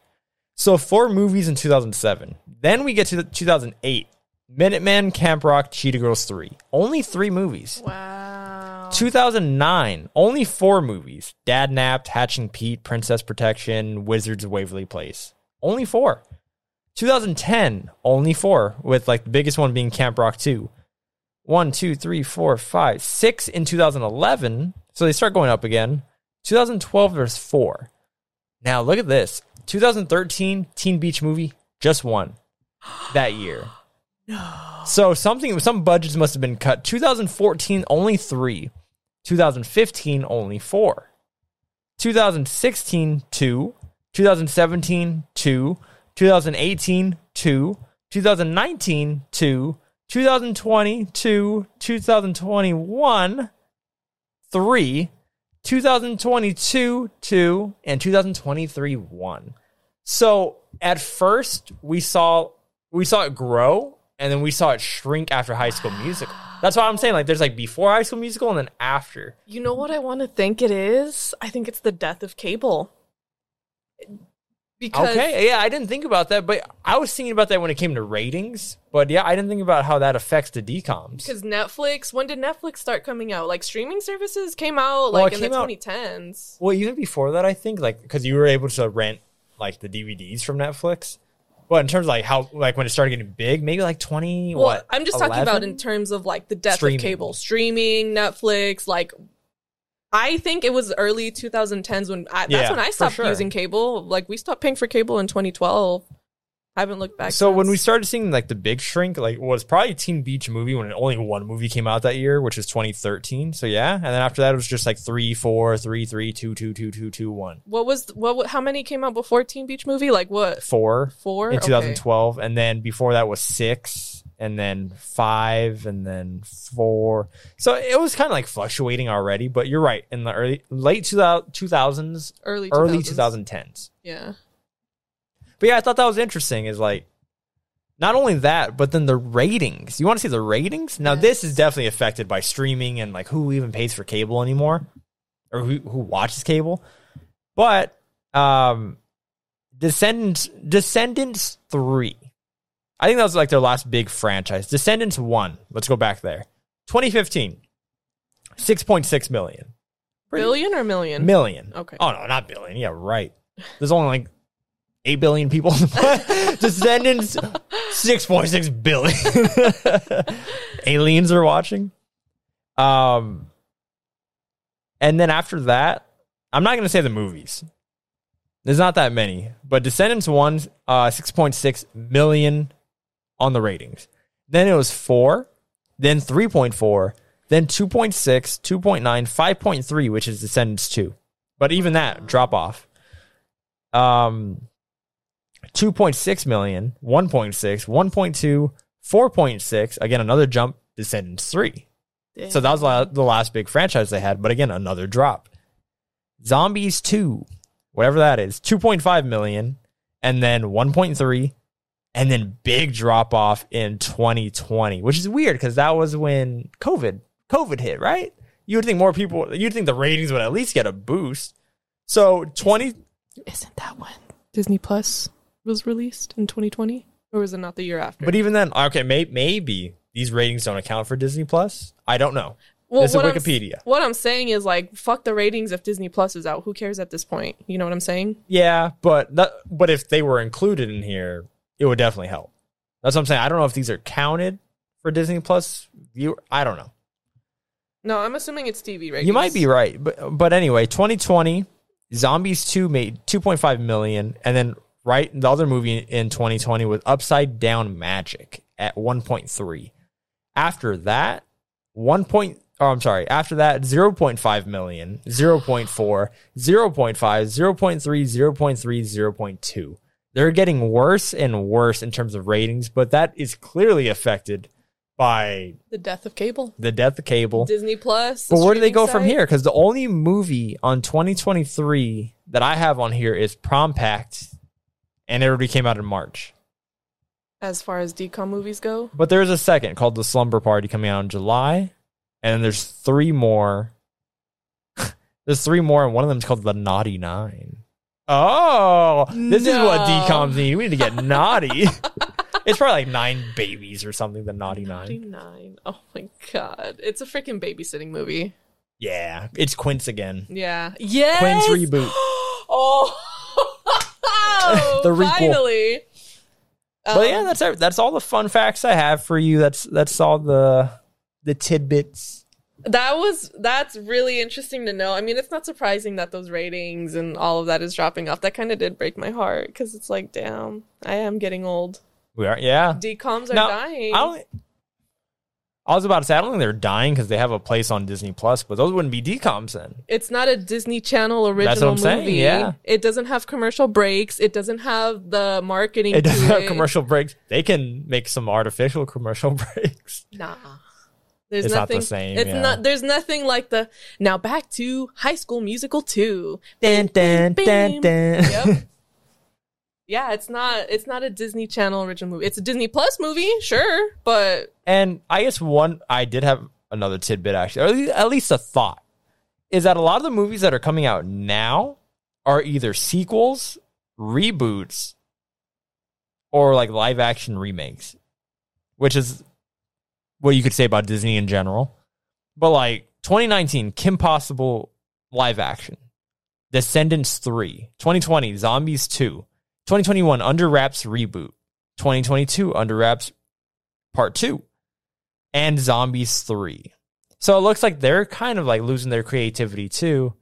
A: So four movies in 2007. Then we get to the 2008. Minuteman, Camp Rock, Cheetah Girls 3. Only three movies.
B: Wow.
A: 2009, only four movies. Dad Napped, Hatching Pete, Princess Protection, Wizards of Waverly Place. Only four. 2010, only four, with like the biggest one being Camp Rock 2. One, two, three, four, five, six in 2011. So they start going up again. 2012, there's four. Now look at this. 2013, Teen Beach Movie, just one that year. So something, some budgets must have been cut. 2014, only three. 2015, only four. 2016, two. 2017, two. 2018, two. 2019, two. 2020, two. 2021, three. 2022, two. And 2023, one. So at first we saw we saw it grow and then we saw it shrink after High School Musical. That's what I'm saying. Like there's like before High School Musical and then after.
B: You know what I want to think it is? I think it's the death of cable. Because
A: Okay, yeah, I didn't think about that, but I was thinking about that when it came to ratings. But yeah, I didn't think about how that affects the decoms.
B: because Netflix, when did Netflix start coming out? Like streaming services came out
A: Well,
B: like
A: it
B: in the
A: came out-
B: 2010s.
A: Well, even before that, I think like because you were able to rent like the DVDs from Netflix. But in terms of like how like when it started getting big, maybe like twenty.
B: Well,
A: what?
B: I'm just talking about
A: 11?
B: in terms of like the death
A: Streaming.
B: of cable, streaming, Netflix. Like, I think it was early 2010s when I, that's
A: Yeah,
B: when I
A: for
B: stopped
A: sure.
B: using cable. Like, we stopped paying for cable in 2012. I haven't looked back.
A: So when we
B: since.
A: started seeing like the big shrink, like was probably Teen Beach movie when only one movie came out that year, which is 2013. So yeah, and then after that it was just like three, four, three, three, two, two, two, two, two, one,
B: what was what? wa- How many came out before Teen Beach Movie? Like what?
A: four
B: Four
A: in
B: Okay.
A: 2012, and then before that was six, and then five, and then four. So it was kind of like fluctuating already. But you're right, in the early late 2000, 2000s,
B: Early 2000s.
A: early 2010s.
B: Yeah.
A: But yeah, I thought that was interesting. Is like not only that, but then the ratings. You want to see the ratings? Now this is definitely affected by streaming and like who even pays for cable anymore, or who who watches cable. But um, Descendants Descendants three, I think that was like their last big franchise. Descendants one. Let's go back there. 2015, 6.6 million. Pretty-
B: Billion or million?
A: Million.
B: Okay.
A: Oh no, not billion. Yeah, right. There's only like eight billion people. on the planet. Descendants, six point six billion. Aliens are watching. Um, and then after that, I'm not gonna say the movies. There's not that many, but Descendants won uh, six point six million on the ratings. Then it was four, then three point four, then 2.6, 2.9, 5.3, which is Descendants two. But even that drop off. Um 2.6 million, 1.6, 1.2, 4.6, again another jump Descendants 3. So that was la- the last big franchise they had, but again another drop. Zombies 2, whatever that is, 2.5 million and then 1.3 and then big drop off in 2020, which is weird cuz that was when COVID COVID hit, right? You would think more people you'd think the ratings would at least get a boost. So 20
B: Isn't that when Disney Plus was released in 2020? Or was it not the year after?
A: But even then, okay, may, maybe these ratings don't account for Disney Plus. I don't know.
B: well,
A: this is
B: what I'm-
A: Wikipedia.
B: what I'm saying is like, fuck the ratings if Disney Plus is out. Who cares at this point? You know what I'm saying?
A: Yeah, but that, but if they were included in here, it would definitely help. That's what I'm saying. I don't know if these are counted for Disney Plus. view I don't know.
B: No, I'm assuming it's TV ratings.
A: You might be right, but but anyway, 2020, Zombies 2 made 2.5 million, and then right the other movie in 2020 was Upside Down Magic at 1.3. After that, one point. Oh, I'm sorry. After that, 0.5 million, 0.4, 0.5, 0.3, 0.3, 0.2. they're getting worse and worse in terms of ratings, but that is clearly affected by
D: The death of cable.
A: the death of cable.
B: Disney Plus. the
A: But where do they go
B: streaming
A: from
B: site.
A: here? Because the only movie on 2023 that I have on here is Prom Pact, and it already came out in March.
B: As far as decom movies go,
A: But there is a second called The Slumber Party coming out in July, and then there's three more. there's three more, and one of them's called The Naughty Nine. Oh, this is what
D: No.
A: DComs need. We need to get naughty. it's probably like nine babies or something. The Naughty Nine.
B: 99. Oh my god. It's a freaking babysitting movie.
A: Yeah, it's Quince again.
B: Yeah. Yes.
A: reboot.
B: oh.
A: The requel.
B: Finally.
A: but yeah, that's it. that's all the fun facts I have for you. That's that's all the the tidbits.
B: That was that's really interesting to know. I mean, it's not surprising that those ratings and all of that is dropping off. That kind of did break my heart because it's like, damn, I am getting old.
A: We are yeah.
B: Decoms are
A: Now,
B: dying.
A: I don't. I was about to say I don't think they're dying because they have a place on Disney Plus, but those wouldn't be decoms then.
B: it's not a Disney Channel original
A: That's what I'm
B: movie.
A: saying, yeah.
B: It doesn't have commercial breaks. It doesn't have the marketing.
A: It doesn't
B: to
A: have commercial breaks. They can make some artificial commercial breaks.
B: Nah. There's
A: It's not the
B: nothing,
A: same,
B: It's
A: yeah.
B: not. There's nothing like the now back to High School Musical two.
A: Dun, dun, dun,
B: Bing.
A: dun.
B: Yep. yeah, it's not. It's not a Disney Channel original movie. It's a Disney Plus movie, sure, but
A: And I guess one, I did have another tidbit actually, or at least- at least a thought, is that a lot of the movies that are coming out now are either sequels, reboots, or like live action remakes, which is what you could say about Disney in general. But like 2019, Kim Possible live action, Descendants 3, 2020, Zombies 2, 2021, Under Wraps reboot, 2022, Under Wraps part 2 and Zombies 3. So it looks like they're kind of like losing their creativity too.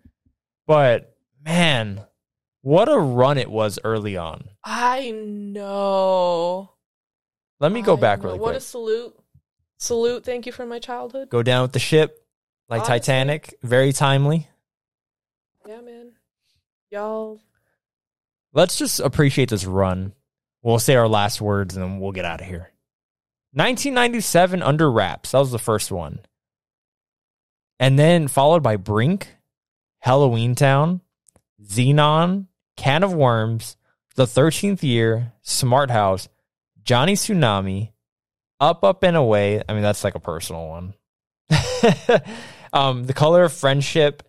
A: But man, what a run it was early on.
B: I know.
A: Let me go
B: I
A: back
B: know.
A: really
B: What
A: quick.
B: a salute! Salute! Thank you for my childhood.
A: go down with the ship like
B: Honestly.
A: Titanic, very timely.
B: Yeah, man. Y'all.
A: Let's just appreciate this run. We'll say our last words and then we'll get out of here. 1997 Under Wraps. That was the first one. And then followed by Brink, Halloween Town, Xenon, Can of Worms, The 13th Year, Smart House, Johnny Tsunami, Up, Up, and Away. I mean, that's like a personal one. um, the Color of Friendship,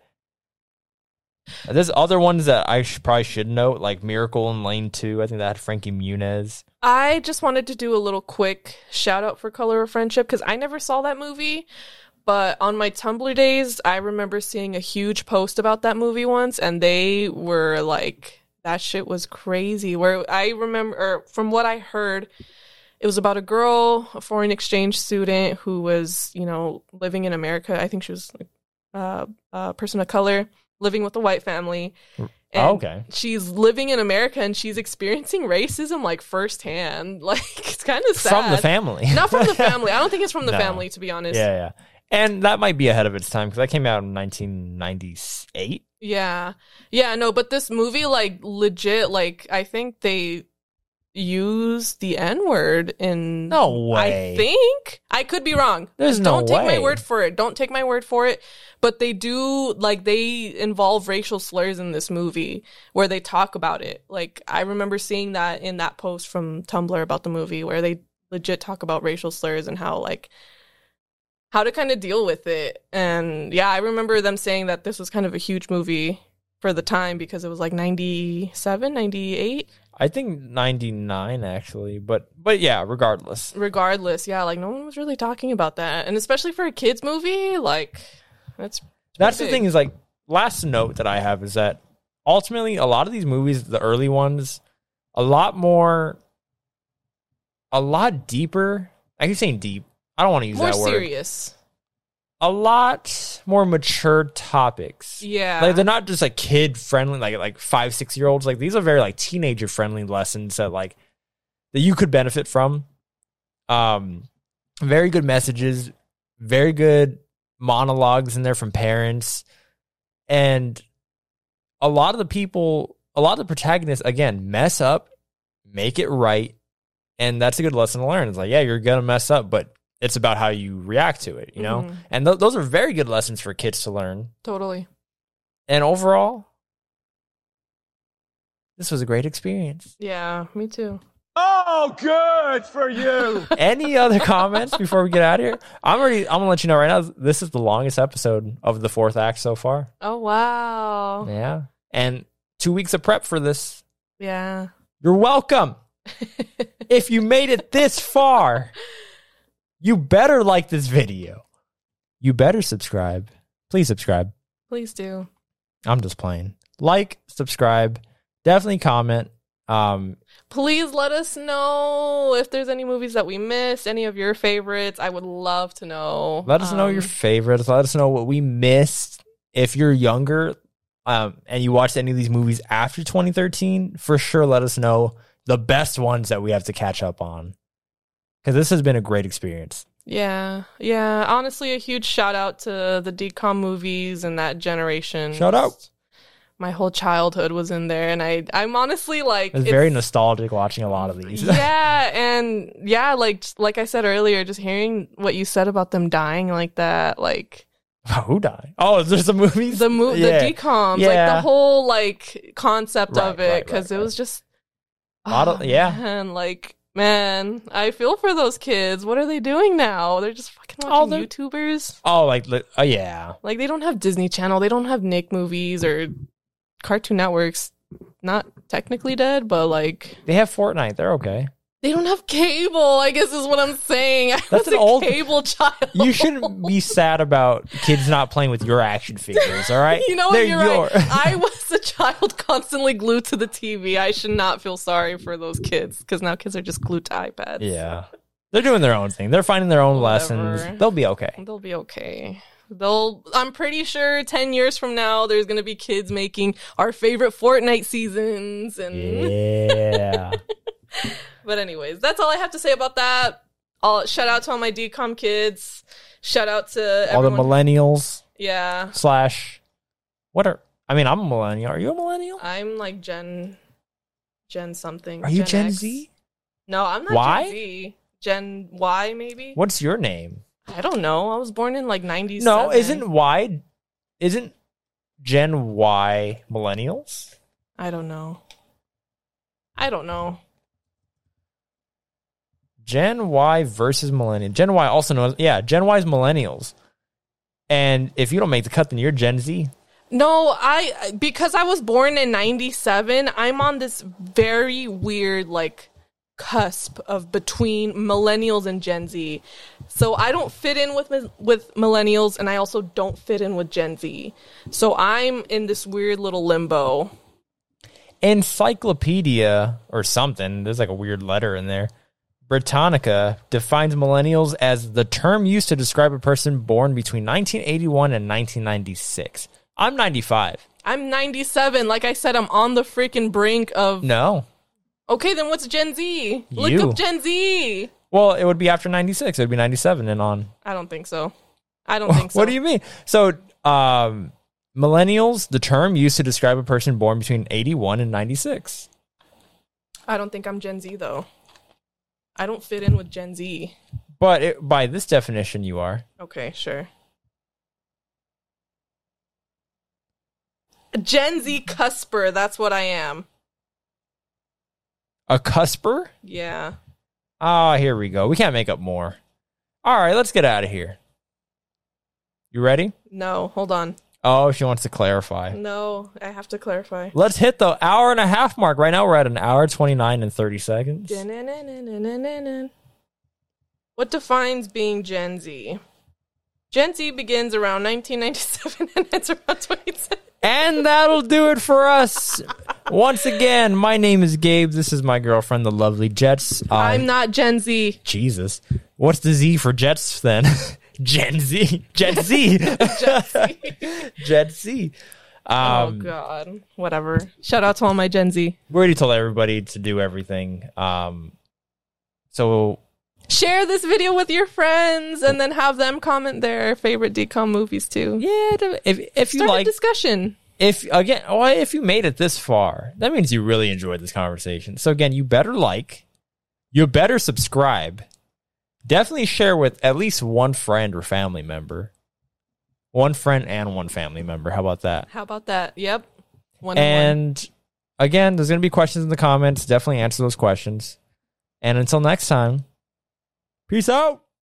A: there's other ones that I sh- probably should note, like Miracle in Lane 2. I think that had Frankie Muniz.
B: I just wanted to do a little quick shout out for Color of Friendship because I never saw that movie. But on my Tumblr days, I remember seeing a huge post about that movie once, and they were like, that shit was crazy. Where I remember, or from what I heard, it was about a girl, a foreign exchange student who was, you know, living in America. I think she was like, uh, a person of color living with a white family. And
A: Oh, okay.
B: she's living in America and she's experiencing racism like firsthand. Like it's kind of sad.
A: From the family.
B: Not from the family. I don't think it's from the
A: No.
B: family to be honest.
A: yeah, yeah. And that might be ahead of its time because that came out in 1998.
B: Yeah. Yeah, no, but this movie like legit like I think they use the n-word in
A: No way.
B: I think I could be wrong.
A: There's no
B: Don't take
A: way.
B: my word for it. Don't take my word for it. But they do like they involve racial slurs in this movie where they talk about it. Like I remember seeing that in that post from Tumblr about the movie where they legit talk about racial slurs and how like how to kind of deal with it. And yeah, I remember them saying that this was kind of a huge movie for the time because it was like 97, 98.
A: I think 99, actually. But but yeah, regardless.
B: regardless yeah like no one was really talking about that and especially for a kids movie like that's
A: That's the
B: big.
A: thing is like, last note that I have is that ultimately, a lot of these movies, the early ones, a lot more, a lot deeper. I keep saying deep. I don't want to use
B: more
A: that word.
B: serious
A: a lot more mature topics.
B: yeah
A: Like they're not just like kid friendly, like like five, six year olds. Like these are very like teenager friendly lessons that like that you could benefit from. Um very good messages, very good monologues in there from parents. And a lot of the people, a lot of the protagonists again mess up make it right. And that's a good lesson to learn. It's like, yeah, you're going to mess up, but it's about how you react to it, you know?
B: Mhm.
A: And th- those are very good lessons for kids to learn.
B: Totally.
A: And overall, this was a great experience.
B: Yeah, me too.
C: Oh, good for you.
A: Any other comments before we get out of here? I'm already, I'm gonna let you know right now, this is the longest episode of the fourth act so far.
B: Oh wow.
A: Yeah. And two weeks of prep for this.
B: Yeah.
A: You're welcome. if you made it this far, you better like this video. You better subscribe. Please subscribe.
B: Please do.
A: I'm just playing. Like, subscribe, definitely comment. Um,
B: Please let us know if there's any movies that we missed, any of your favorites. I would love to know.
A: let us know your
B: Um,
A: favorites. Let us know what we missed. If you're younger um, and you watched any of these movies after 2013, for sure let us know the best ones that we have to catch up on. Because this has been a great experience.
B: yeah, yeah. Honestly, a huge shout out to the DCOM movies and that generation.
A: Shout out.
B: My whole childhood was in there, and I, I'm honestly like,
A: It's very nostalgic watching a lot of these.
B: yeah, and yeah, like like I said earlier, just hearing what you said about them dying like that, like
A: Who died? Oh, there's some movies.
B: the mo-
A: Yeah.
B: the decoms, like
A: Yeah.
B: the whole like concept of
A: Right,
B: it,
A: right,
B: because
A: right,
B: it was just
A: Lot of-
B: Ah,
A: yeah.
B: man, like man, I feel for those kids. What are they doing now? They're just fucking
A: Oh,
B: watching
A: they're-
B: YouTubers.
A: Oh, like li- oh yeah.
B: Like they don't have Disney Channel, they don't have Nick movies or Cartoon Networks. Not technically dead, but like
A: They have Fortnite. They're okay.
B: they don't have cable. I guess is what I'm saying. I
A: That's
B: was
A: an
B: a
A: old-
B: cable child.
A: You shouldn't be sad about kids not playing with your action figures. All right.
B: You know
A: They're
B: what? You're right.
A: your-
B: I was a child constantly glued to the TV. I should not feel sorry for those kids because now kids are just glued to iPads.
A: yeah. They're doing their own thing. They're finding their own
B: Whatever.
A: lessons. They'll be okay.
B: They'll be okay. They'll. I'm pretty sure ten years from now, there's gonna be kids making our favorite Fortnite seasons. And
A: Yeah.
B: but anyways, that's all I have to say about that. All shout out to all my DCOM kids. Shout out to
A: All the
B: everyone.
A: millennials
B: yeah,
A: slash what are I mean, I'm a millennial. Are you a millennial?
B: I'm like Gen, Gen something.
A: Are you Gen
B: X.
A: Z?
B: No, I'm not
A: Y?
B: Gen Z. Gen Y, maybe.
A: What's your name?
B: I don't know. I was born in like '90s.
A: No, isn't Y isn't Gen Y millennials?
B: I don't know. I don't know.
A: Gen Y versus millennial. Gen Y also known, yeah, Gen Y is millennials. And if you don't make the cut, then you're Gen Z.
B: No, I because I was born in '97. I'm on this very weird like cusp of between millennials and Gen Z. So I don't fit in with mi- with millennials, and I also don't fit in with Gen Z. So I'm in this weird little limbo.
A: Encyclopedia or something. There's like a weird letter in there. Britannica defines millennials as the term used to describe a person born between 1981 and 1996. I'm 95.
B: I'm 97. Like I said, I'm on the freaking brink of.
A: No.
B: Okay, then what's Gen Z? Look
A: You.
B: up Gen Z.
A: Well, it would be after 96. It would be 97 and on.
B: I don't think so. I don't think so.
A: What do you mean? So, um, millennials, the term used to describe a person born between 81 and 96.
B: I don't think I'm Gen Z though. I don't fit in with Gen Z.
A: But it, by this definition, you are.
B: Okay, sure. Gen Z cusper. That's what I am.
A: A cusper?
B: Yeah.
A: Ah, here we go. We can't make up more. All right, let's get out of here. You ready?
B: No, hold on.
A: Oh, she wants to clarify.
B: No, I have to clarify.
A: Let's hit the hour and a half mark. Right now, we're at an hour, 29, and 30 seconds.
B: What defines being Gen Z? Gen Z begins around 1997 and ends around 2010.
A: And that'll do it for us. Once again, my name is Gabe. This is my girlfriend, the lovely Jets. Uh,
B: I'm not Gen Z.
A: Jesus. What's the Z for Jets then? Gen Z. Gen Z. Gen Z.
B: oh
A: Um,
B: God. Whatever. Shout out to all my Gen Z.
A: we already told everybody to do everything. Um, so
B: Share this video with your friends and then have them comment their favorite decom movies too.
A: yeah, if if you
B: Start a
A: like
B: discussion.
A: if again, well, if you made it this far, that means you really enjoyed this conversation. So again, you better like, you better subscribe, definitely share with at least one friend or family member, one friend and one family member. How about that?
B: How about that? Yep. One and
A: And again, there's gonna be questions in the comments. Definitely answer those questions. And until next time, peace out.